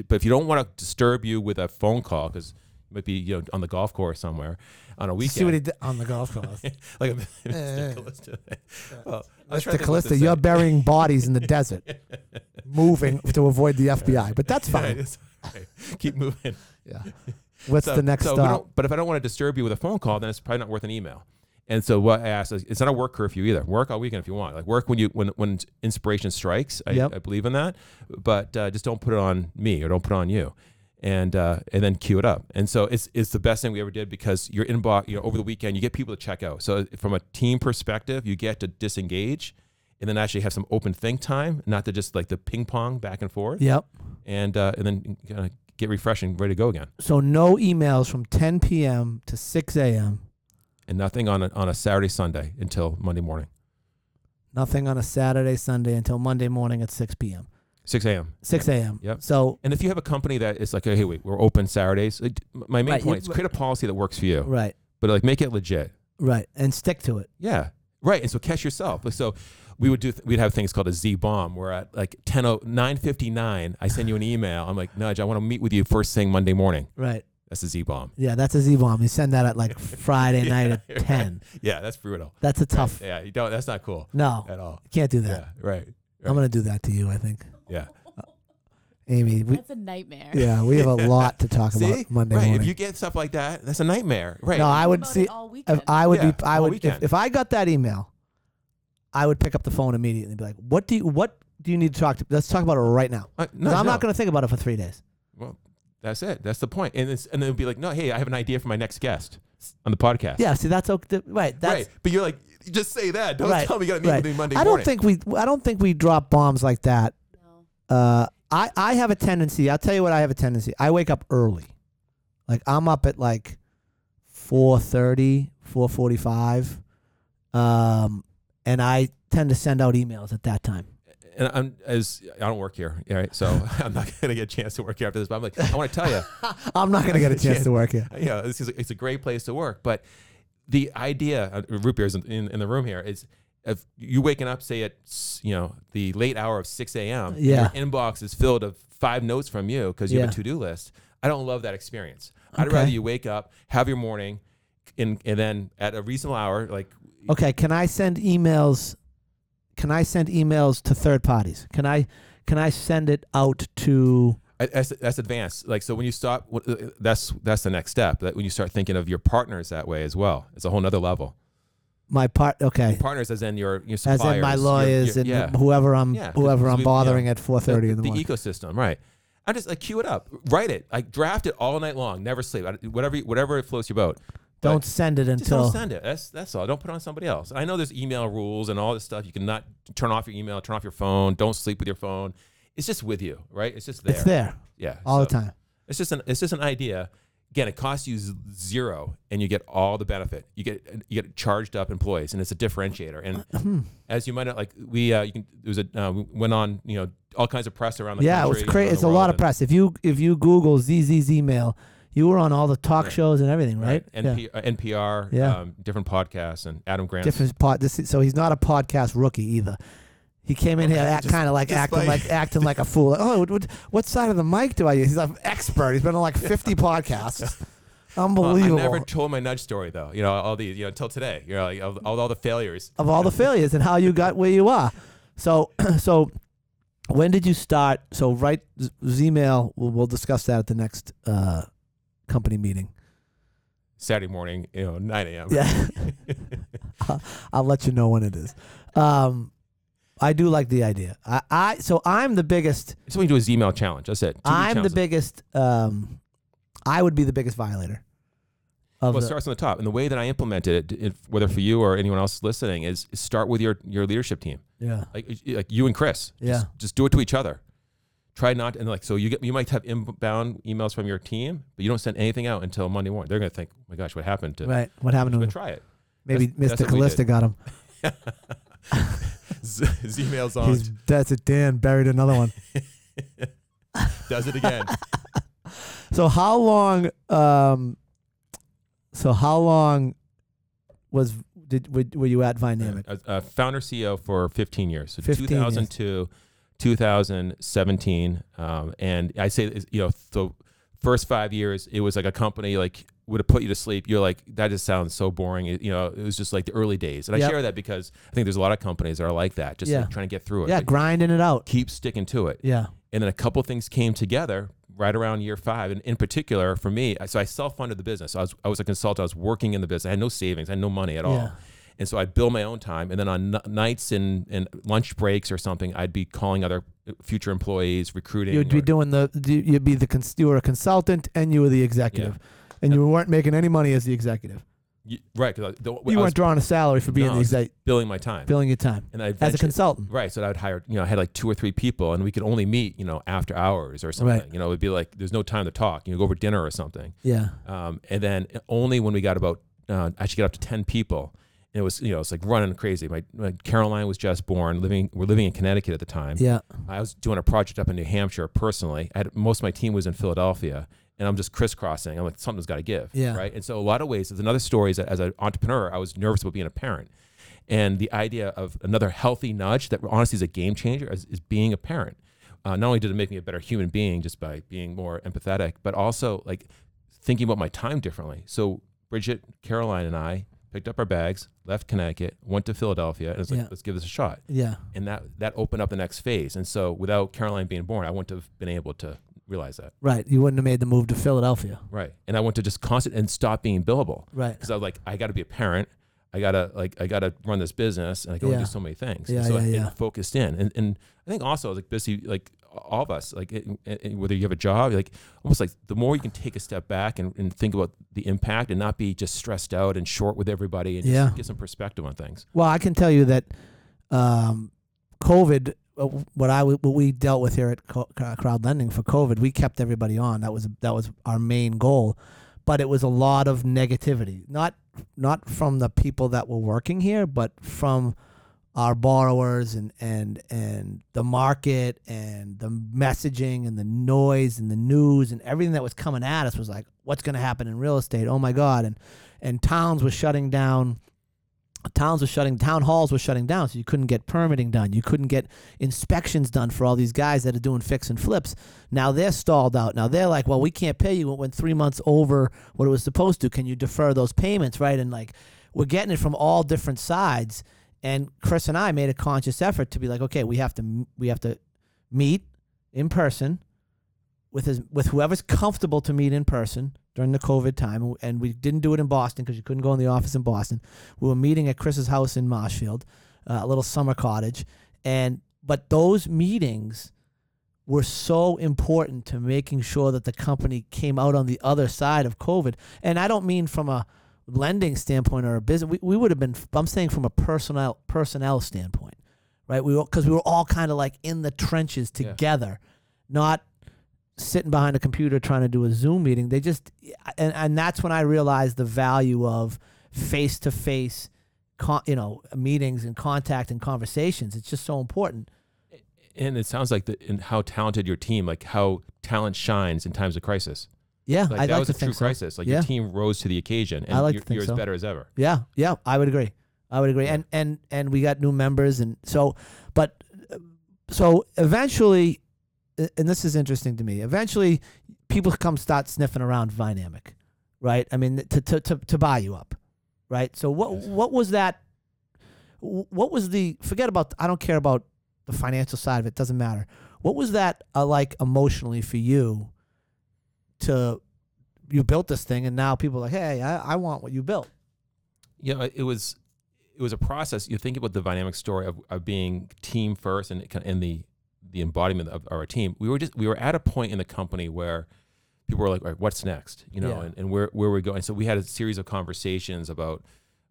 but if you don't want to disturb you with a phone call because you might be you know on the golf course somewhere on a weekend.
See what he did on the golf course.
like a Mr.
eh. yeah.
Callisto. Well, *laughs* I was trying
Mr.
to think what to
Callista,
say.
you're burying bodies in the desert, moving to avoid the FBI. But that's
*laughs* Yeah,
fine.
it's all right. Keep moving.
Yeah. What's the next
so we
stop?
don't- But if I don't want to disturb you with a phone call, then it's probably not worth an email. And so what I asked is, it's not a work curfew either. Work all weekend if you want. Like work when you when when inspiration strikes. I,
Yep.
I believe in that, but uh, just don't put it on me or don't put it on you, and uh, and then queue it up. And so it's it's the best thing we ever did because your inbox, you know, over the weekend you get people to check out. So from a team perspective, you get to disengage, and then actually have some open think time, not to just like the ping pong back and forth,
Yep.
and uh, and then kind of get refreshed and ready to go again.
So no emails from 10 p.m. to 6 a.m.
and nothing on a, on a Saturday Sunday until Monday morning,
Nothing on a Saturday, Sunday until Monday morning at 6 p.m.
six a.m.
6 a.m.
Yep.
So
And if you have a company that is like, hey, wait, we're open Saturdays. like, My main
Right,
point
you-
is create a policy that works for you,
right,
but like make it legit.
right, and stick to it.
Yeah, right. And so catch yourself. Like, So we would do we'd have things called a Z bomb where at like 10 o- 9:59, I send you an email. I'm like, Nudge, I want to meet with you first thing Monday morning.
Right.
That's a Z bomb.
Yeah, that's a Z bomb. You send that at
*laughs*
like Friday night
Yeah,
at
*laughs* right.
10.
Yeah, that's brutal.
That's a tough.
Yeah, you don't. That's not cool
No,
at all.
can't do that.
Yeah, right.
I'm gonna do that to you. I think,
Yeah.
Amy. We,
That's a nightmare.
yeah, we have
*laughs*
a lot to talk
See,
about Monday
right.
morning.
If you get stuff like that, that's a nightmare. Right.
No, I would
About it
see.
all weekend.
If I would
Yeah,
be, I
all
would. If,
weekend.
if I got that email, I would pick up the phone immediately and be like, "What do you? What do you need to talk to? Let's talk about it right now.
Uh, no,
'Cause I'm
no.
not going to think about it for three days.
Well, that's it. That's the point. And it's, and they'll be like, no, hey, I have an idea for my next guest on the podcast.
Yeah. See, that's okay. Right. That's
right. But you're like, just say that. Don't
right,
tell me you got to meet
right.
with me Monday
I don't
morning.
think we. I don't think we drop bombs like that.
No.
Uh, I I have a tendency. I'll tell you what I have a tendency. I wake up early. Like I'm up at like 4:30, 4:45, um, and I tend to send out emails at that time.
and I'm as I don't work here, all right? So *laughs* I'm not gonna get a chance to work here after this. But I'm like, I want to tell you,
*laughs* I'm not gonna get a chance to work
*laughs*
here.
you know, this is it's a great place to work. But the idea, uh, root beers in, in, in the room here is. If you waking up, say at s- you know the late hour of six a.m., and
Yeah.
your inbox is filled of five notes from you because you have a
Yeah.
to-do list. I don't love that experience. I'd
Okay.
rather you wake up, have your morning, and and then at a reasonable hour, like
Okay, can I send emails? Can I send emails to third parties? Can I can I send it out to?
I- that's, that's advanced. Like so, when you stop, what- uh, that's that's the next step. That when you start thinking of your partners that way as well, it's a whole nother level.
my part okay
Partners, as in your your suppliers,
as in my
your-
lawyers
your-
and
yeah.
whoever i'm
Yeah, 'cause-
whoever
'cause
i'm
we-
bothering
yeah.
at 4.30 in the,
the
morning
ecosystem, right? I just like queue it up, write it, like draft it all night long, never sleep, I- whatever whatever floats your boat. But
don't send it
just don't
until
send it. That's that's all. Don't put it on somebody else. And I know there's email rules and all this stuff. You cannot turn off your email, turn off your phone. Don't sleep with your phone. It's just with you, right? It's just there.
it's there
Yeah,
all
so-
the time
It's just an it's just an idea. Again, it costs you z- zero, and you get all the benefit. You get you get charged up employees, and it's a differentiator. And as you might know, like we uh, you can there was a uh, we went on you know all kinds of press around the
yeah it
country.
was crazy
around
it's
the
a
world,
lot of
and-
press if you if you google zz's email you were on all the talk
Right.
shows and everything right,
NP, uh, NPR,
Yeah.
um, different podcasts, and Adam Grant.
different pod this is- so he's not a podcast rookie either he came in here act, kind of like
Oh, just
acting
like-
like, acting like a fool. Like, oh, what, what, what side of the mic do I use? He's an expert. He's been
*laughs*
on like 50 podcasts.
Well,
Unbelievable.
I never told my nudge story though. You know all the you know until today. You know like, of all, all the failures.
of all the failures and how you got where you are. So, *clears throat* so when did you start? So, right, Z- Zmail. We'll, we'll discuss that at the next uh, company meeting.
Saturday morning, you know, nine a.m. *laughs*
Yeah, I'll let you know when it is. Um, I do like the idea. I, I so I'm the biggest.
So we do a Zmail challenge. That's it. Two week
I'm the
challenges.
biggest. Um, I would be the biggest violator. Of
well, it
the,
starts on the top, and the way that I implemented it, if, whether for you or anyone else listening, is is start with your your leadership team,
yeah,
like like you and Chris.
Yeah.
Just, just do it to each other. Try not and like so you get you might have inbound emails from your team, but you don't send anything out until Monday morning. They're gonna think, oh my gosh, what happened to?
right. What happened to
But
him?
try it. *laughs*
Maybe
that's- that's
Mr.
what we
Callista
did.
got him. *laughs*
Z- Zmail's on.
He's, that's it. Dan buried another one.
*laughs* Does it again.
*laughs* So how long? Um, so how long was did were, were you at Vinamic?
Uh, uh, founder CEO for 15 years, so
15 years.
2002, 2017, um, and I say is- you know the first five years it was like a company like would have put you to sleep. You're like that just sounds so boring. It- you know, it was just like the early days, and I
Yep.
share that because I think there's a lot of companies that are like that, just like,
Yeah.
trying to get through it.
Yeah,
Like,
grinding it out.
keep sticking to it
Yeah,
and then a couple things came together right around year five and in particular for me I- so i self-funded the business i was, I was a consultant i was working in the business i had no savings i had no money at all
Yeah.
and so i'd bill my own time and then on n- nights and, and lunch breaks or something i'd be calling other future employees recruiting
you'd be
or-
doing the you'd be the cons- you were a consultant and you were the executive, and you weren't making any money as the executive.
Y- right because I, the-
you
I was
weren't drawing a salary for being
No, I
the
was
exec,
billing my time
billing your time
and i
as a
eventually-
consultant.
Right. So I would hire, you know, I had like two or three people and we could only meet, you know, after hours or something. You know, it'd be like, there's no time to talk. You know, go over dinner or something.
Yeah,
um, and then only when we got about uh, actually got up to ten people, and it was you know it's like running crazy. My, my Caroline was just born, living we're living in Connecticut at the time.
yeah.
I was doing a project up in New Hampshire personally. I had, most of my team was in Philadelphania, and I'm just crisscrossing. I'm like something's got to give,
Yeah.
right? And so a lot of ways. There's another story is that as an entrepreneur, I was nervous about being a parent. And the idea of another healthy nudge that honestly is a game changer is, is being a parent. Uh, not only did it make me a better human being just by being more empathetic, but also like thinking about my time differently. So Bridget, Caroline, and I picked up our bags, left Connecticut, went to Philadelphia, and it's like,
Yeah.
let's give this a shot.
Yeah,
And that that opened up the next phase. And so without Caroline being born, I wouldn't have been able to realize that.
right. You wouldn't have made the move to Philadelphia,
Right. And I went to just constant and stop being billable
right?
because I was like, I got to be a parent. I gotta like I gotta run this business and I can only
Yeah.
do so many things.
Yeah,
so
yeah,
it, it
yeah.
focused in, and, and I think also like busy like all of us like it, it- it- whether you have a job like almost like the more you can take a step back and, and think about the impact and not be just stressed out and short with everybody and just
Yeah.
get some perspective on things.
Well, I can tell you that um, COVID, uh, what I w- what we dealt with here at Co- uh, Crowd Lending for COVID, we kept everybody on. That was that was our main goal, but it was a lot of negativity. Not not from the people that were working here, but from our borrowers and and and the market and the messaging and the noise and the news and everything that was coming at us was like what's going to happen in real estate oh my god and and towns were shutting down towns were shutting town halls were shutting down so you couldn't get permitting done you couldn't get inspections done for all these guys that are doing fix and flips now they're stalled out now they're like well we can't pay you when three months over what it was supposed to can you defer those payments right and like we're getting it from all different sides and chris and i made a conscious effort to be like okay we have to we have to meet in person with his with whoever's comfortable to meet in person during the COVID time, and we didn't do it in Boston because you couldn't go in the office in Boston. We were meeting at Chris's house in Marshfield, uh, a little summer cottage, and but those meetings were so important to making sure that the company came out on the other side of COVID. And I don't mean from a lending standpoint or a business. We, we would have been. I'm saying from a personnel personnel standpoint, right? We because we were all kind of like in the trenches
Yeah.
together, not sitting behind a computer trying to do a Zoom meeting. They just and and that's when I realized the value of face to face, you know, meetings and contact and conversations. It's just so important.
And it sounds like the, and how talented your team, like how talent shines in times of crisis.
Yeah,
Like
I'd
that
like
was
to
a true
think so.
crisis. Like
Yeah.
your team rose to the occasion, and
I like to
you're,
think
you're
so.
as better as ever.
Yeah, yeah, I would agree. I would agree. And and and we got new members, and so, but uh, so eventually, a- and this is interesting to me. Eventually, people come start sniffing around Dynamic, right? I mean, to to to, to buy you up, right? So what
Yes.
what was that? wh- What was the forget about? I don't care about the financial side of it. Doesn't matter. What was that uh, like emotionally for you? To you built this thing, and now people are like, hey, I, I want what you built.
you know, it was it was a process. You think about the dynamic story of, of being team first and it kind of- and the the embodiment of our team. We were just we were at a point in the company where people were like, all right, what's next? You know,
Yeah.
and, and where where we're going. So we had a series of conversations about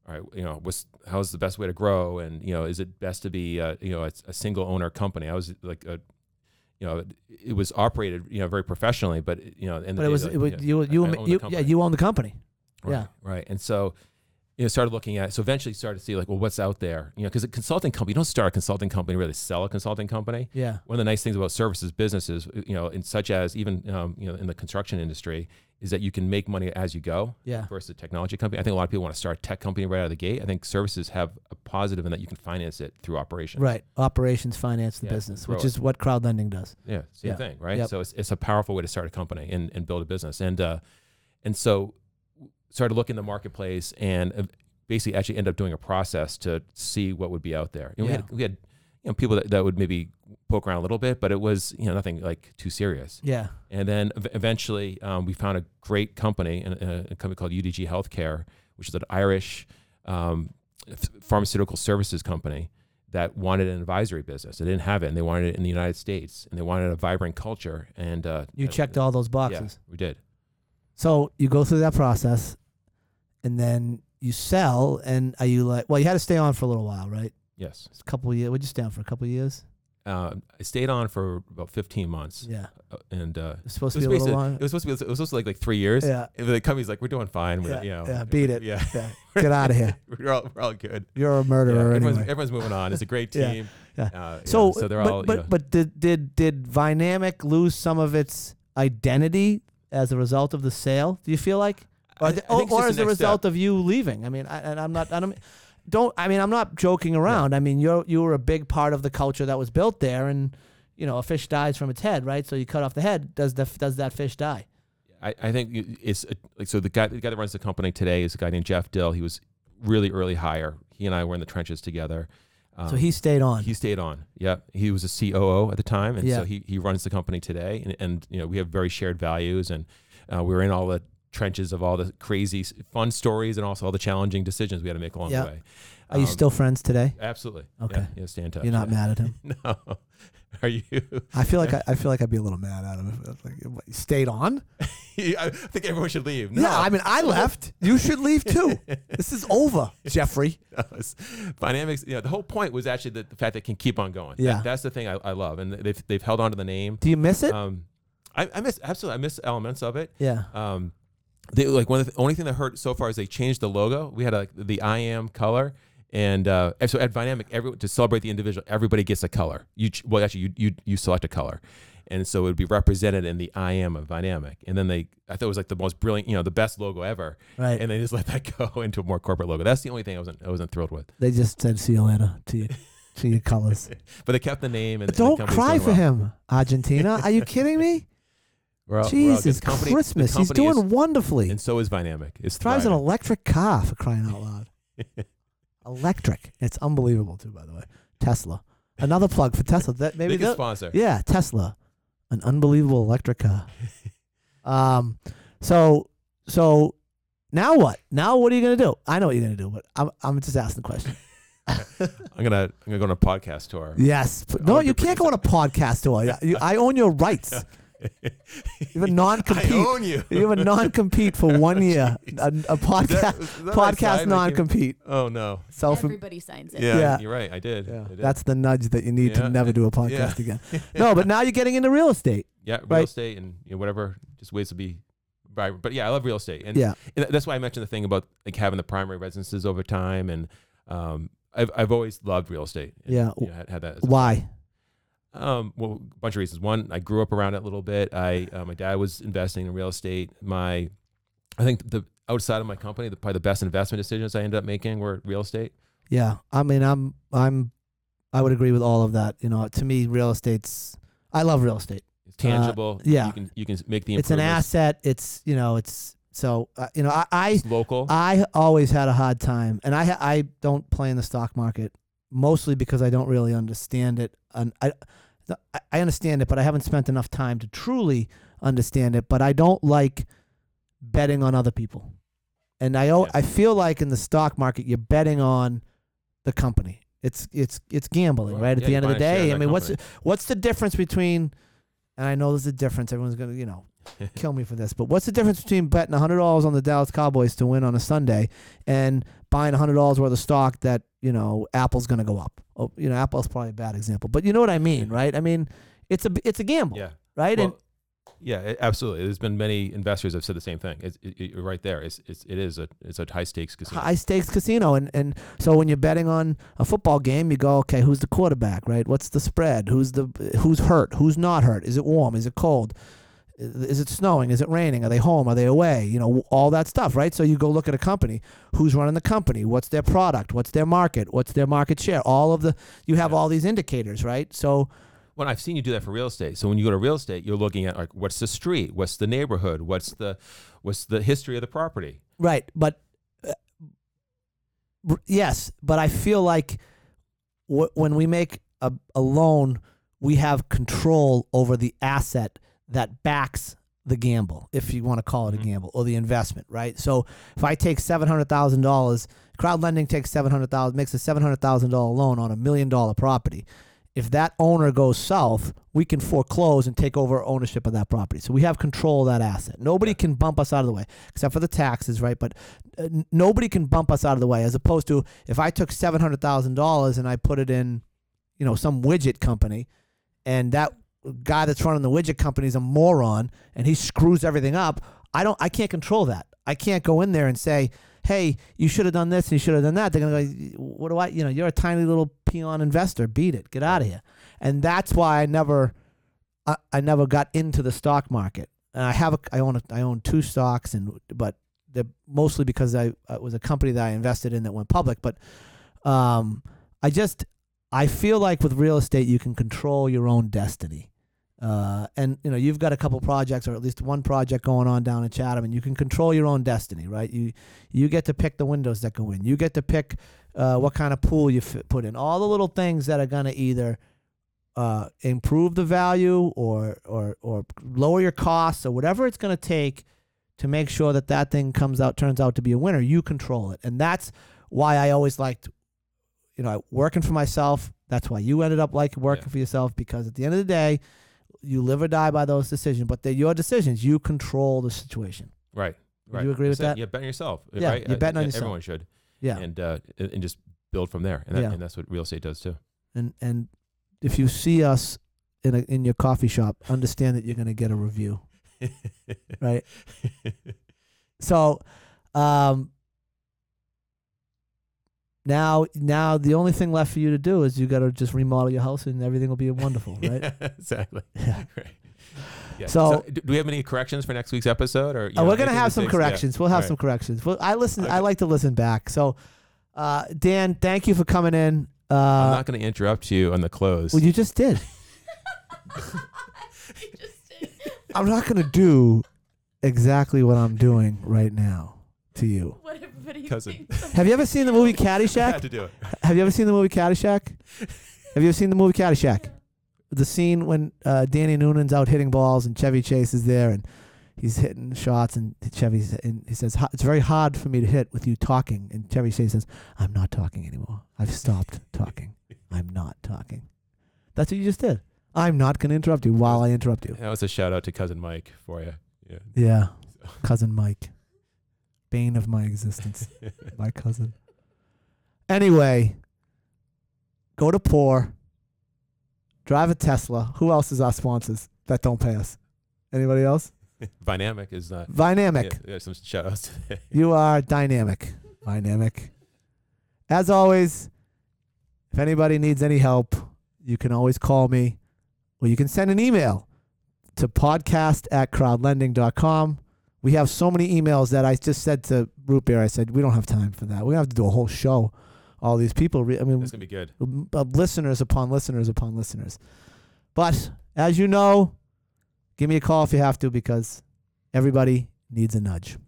all right, you know, what's how's the best way to grow, and you know, is it best to be uh, you know a, a single owner company? I was like a you know, it, it was operated, you know, very professionally, but you know, and
But it was, it was you, you,
I
ma-
own the
you yeah,
company.
you own the company.
Right,
Yeah.
Right. And so, you know, started looking at it. So eventually started to see like, well, what's out there? You know, because a consulting company, you don't start a consulting company, really sell a consulting company.
Yeah.
One of the nice things about services businesses, you know, in such as even, um, you know, in the construction industry is that you can make money as you go
Yeah.
versus a technology company. I think a lot of people want to start a tech company right out of the gate. I think services have a positive in that you can finance it through operations.
Right. Operations finance the
Yeah,
business,
grow
which
it.
is what crowd lending does.
Yeah, same
Yeah.
thing, right?
Yep.
So it's, it's a powerful way to start a company and, and build a business. And uh, and so started looking in the marketplace and uh, basically actually end up doing a process to see what would be out there. And we had we had you know people that, that would maybe poke around a little bit, but it was you know nothing like too serious.
Yeah.
And then ev- eventually um, we found a great company, a, a company called UDG Healthcare, which is an Irish um, ph- pharmaceutical services company that wanted an advisory business. They didn't have it, and they wanted it in the United States, and they wanted a vibrant culture. And uh,
You checked all those boxes.
Yeah, we did.
So you go through that process and then you sell. And are you like, well, you had to stay on for a little while, right?
Yes,
It's a couple of years. Would you stay on for a couple of years?
uh, I stayed on for about 15 months,
Yeah.
uh, and uh,
It's supposed
it was
to be a little
basically
long.
it was supposed to be it was supposed to be like, like three years.
yeah.
And the company's like, we're doing fine. We're,
Yeah,
you know,
yeah, beat it.
Yeah,
yeah. Get out of here.
*laughs* we're all, we're all good.
You're a
Yeah,
murderer
everyone's,
anyway.
everyone's moving on. It's a
*laughs*
great
Yeah,
team.
yeah.
Uh,
So,
yeah, so they're
but,
all. you
but,
know,
but did, did, did Vinamic lose some of its identity as a result of the sale? Do you feel like?
I-
Or,
I
the,
think
or,
it's just
or as a
the next step.
result of you leaving. I mean, I, and I'm not, I don't, don't, I mean, I'm not joking around. I mean, you're, you were a big part of the culture that was built there and, you know, a fish dies from its head, right? So you cut off the head. Does the, does that fish die?
I, I think you- it's a, like so. The guy, the guy that runs the company today is a guy named Jeff Dill. He was really early hire. He and I were in the trenches together. Um,
so he stayed on.
he stayed on. Yeah, he was a COO at the time, and
Yeah.
so he he runs the company today. And, and you know we have very shared values, and uh, we were in all the trenches of all the crazy s- fun stories and also all the challenging decisions we had to make along
Yeah.
the way.
Are you
Um,
still friends today?
Absolutely.
Okay.
Yeah, yeah stay in touch.
You're not
yeah.
mad at him.
*laughs* No. Are you?
*laughs*
*laughs*
I feel like I, I feel like I'd be a little mad at him if if, like, if he stayed on.
I think everyone should leave. No.
Yeah,
*laughs*
I mean, I left. You should leave *laughs* too. this is over, Jeffrey.
Yes. Dynamics, you know, the whole point was actually the, the fact that it can keep on going. That-
Yeah.
that's the thing I, I love. And they've, they've held on to the name.
Do you miss it?
Um, I, I miss, absolutely, I miss elements of it.
yeah.
Um, they, like one of the only thing that hurt so far is they changed the logo. We had like the I am color, and uh, and so at Dynamic, every, to celebrate the individual, everybody gets a color. You ch- well, actually, you you you select a color, and so it would be represented in the I am of Dynamic. And then they, I thought it was like the most brilliant, you know, the best logo ever.
Right.
And they just let that *laughs* go into a more corporate logo. That's the only thing I wasn't I wasn't thrilled with.
They just said, "See you later." To you, to your colors.
*laughs* But they kept the name and and the
Don't
company's
cry
doing
for
well.
him, Argentina. Are you kidding
*laughs*
me?
We're all- we're all good.
Jesus
The company- the
Christmas, he's
company
doing
is-
wonderfully.
and so is Dynamic. It's
Drives an
thriving.
electric car for crying out loud.
*laughs*
electric. It's unbelievable too, by the way. Tesla. Another plug for Tesla.
*laughs*
That maybe
they can
they'll-
sponsor.
Yeah, Tesla, an unbelievable electric car. um, so so now what? Now what are you gonna do? I know what you're gonna do, but I'm I'm just asking the question.
*laughs*
*laughs*
I'm gonna I'm gonna go on a podcast tour.
Yes, but no,
I'll be
you can't go on a podcast tour. Yeah, you- I own your
*laughs*
rights. You have a
I
non-compete.
own you.
You have a
*laughs*
non-compete for one year. A, a podcast
that- was that what I
podcast
signed when I came-
non-compete.
Oh no.
Self.
Everybody signs it.
Yeah,
Yeah.
you're right. I did.
Yeah,
I did.
that's the nudge that you need
Yeah,
to never do a
*laughs* yeah.
podcast again. No, but now you're getting into real estate.
yeah. Real
right.
estate and you know, whatever, just ways to be vibrant. But yeah, I love real estate, and
Yeah.
and that's why I mentioned the thing about like having the primary residences over time, and um, I've I've always loved real estate. and,
Yeah.
you know, had, had that. as a-
Why?
Um, well, a bunch of reasons. One, I grew up around it a little bit. I uh, my dad was investing in real estate. My I think the outside of my company, the, probably the best investment decisions I ended up making were real estate.
Yeah, I mean, I'm, I'm, I would agree with all of that. You know, to me, real estate's. I love real estate.
It's tangible.
Uh, yeah.
you can you can make the
It's an
improvements.
asset. It's you know, it's so uh, you know, I, I,
It's local.
I always had a hard time, and I, ha- I don't play in the stock market mostly because I don't really understand it. And I, I- I understand it, but I haven't spent enough time to truly understand it. But I don't like betting on other people, and I, al-
Yeah.
I feel like in the stock market you're betting on the company. It's it's it's gambling,
Well,
right? At
yeah,
the
you're
end of the
buying a share in
day, I
that
mean, what's what's the difference between? And I know there's a difference. Everyone's gonna, you know, *laughs* kill me for this, but what's the difference between betting hundred dollars on the Dallas Cowboys to win on a Sunday and buying hundred dollars worth of stock that you know Apple's going to go up? Oh, you know, Apple's probably a bad example, but you know what I mean, right? I mean, it's a it's a gamble,
yeah.
right? and
Well, yeah, a- absolutely. There's been many investors have said the same thing. It's it, it, you're right there. It's, it's it is a it's a high stakes casino.
high stakes casino, and and so when you're betting on a football game, you go, okay, who's the quarterback, right? What's the spread? Who's the who's hurt? Who's not hurt? Is it warm? Is it cold? Is it snowing? Is it raining? Are they home? Are they away? You know, all that stuff, right? So you go look at a company. Who's running the company? What's their product? What's their market? What's their market share? All of the, you have all these indicators, right? So,
Well, I've seen you do that for real estate. So when you go to real estate, you're looking at like what's the street, what's the neighborhood, what's the what's the history of the property.
Right, but uh, r- yes, but I feel like w- when we make a, a loan, we have control over the asset that backs the gamble, if you want to call it a gamble, or the investment, right? So if I take seven hundred thousand dollars, crowd lending takes seven hundred thousand, makes a seven hundred thousand dollar loan on a million dollar property. If that owner goes south, we can foreclose and take over ownership of that property. So we have control of that asset. Nobody can bump us out of the way except for the taxes, right? But uh, n- nobody can bump us out of the way. As opposed to if I took seven hundred thousand dollars and I put it in, you know, some widget company, and that guy that's running the widget company is a moron and he screws everything up. I don't. I can't control that. I can't go in there and say, "Hey, you should have done this and you should have done that." They're gonna go, "What do I? You know, you're a tiny little peon investor. Beat it. Get out of here." And that's why I never. I, I never got into the stock market. And I have a, I own a, I own two stocks and but they're mostly because I it was a company that I invested in that went public. But um, I just I feel like with real estate you can control your own destiny. Uh, and you know you've got a couple projects or at least one project going on down in Chatham, and you can control your own destiny, right? You you get to pick the windows that go in. You get to pick uh, what kind of pool you fit, put in. All the little things that are gonna either uh, improve the value or or or lower your costs or whatever it's going to take to make sure that that thing comes out turns out to be a winner. You control it, and that's why I always liked, you know, working for myself. That's why you ended up like working
Yeah.
for yourself because at the end of the day, you live or die by those decisions. But they're your decisions. You control the situation.
Right.
Would
Right.
you agree with
That's it.
that?
Yeah, bet on yourself.
Yeah,
right?
you're
Uh,
betting on
e-
yourself.
Everyone should.
Yeah.
And uh, and and just build from there. And, that,
Yeah.
and that's what real estate does
*laughs*
too.
and and if you see us in a, in your coffee shop, understand that you're going to get a review, right? so, um, now now the only thing left for you to do is you got to just remodel your house and everything will be wonderful, right?
*laughs* Yeah, exactly.
*laughs* Yeah.
*laughs* Right. Yeah.
So-
do do we have any corrections for next week's episode? Or you
Uh,
know,
we're gonna
anything
have
that's
some
ex- yeah.
corrections. We'll have
All
some corrections. Well, I listen. I
Okay.
like to listen back. So, uh, Dan, thank you for coming in.
I'm
Uh,
not going to interrupt you on the close.
well, you just
*laughs*
did. *laughs* I'm not gonna do exactly what I'm doing right now to you.
*laughs* What everybody
Cousin.
thinks of-
Have you ever seen the movie
*laughs* I
Caddyshack?
*laughs* had to do it.
Have you ever seen the movie Caddyshack? Have you ever seen the movie Caddyshack? The scene when uh, Danny Noonan's out hitting balls and Chevy Chase is there and he's hitting shots and Chevy's and he says "Ho- it's very hard for me to hit with you talking and Chevy Chase says I'm not talking anymore. I've stopped talking. I'm not talking. That's what you just did. I'm not going to interrupt you while I interrupt
*laughs*
you.
That was a shout out to cousin Mike for you. Yeah.
Yeah, cousin Mike, bane of my existence. my cousin. Anyway, go to poor. Drive a Tesla. Who else is our sponsors that don't pay us? Anybody else?
*laughs* Dynamic is not. Uh, Yeah,
Dynamic.
yeah, some shout outs.
You are dynamic. Dynamic. As always, if anybody needs any help, you can always call me or you can send an email to podcast at crowdlending.com. We have so many emails that I just said to Root Beer, I said, we don't have time for that. We have to do a whole show. All these people, re- I mean,
*laughs* That's going to be good.
uh, listeners upon listeners upon listeners. But as you know, give me a call if you have to because everybody needs a nudge.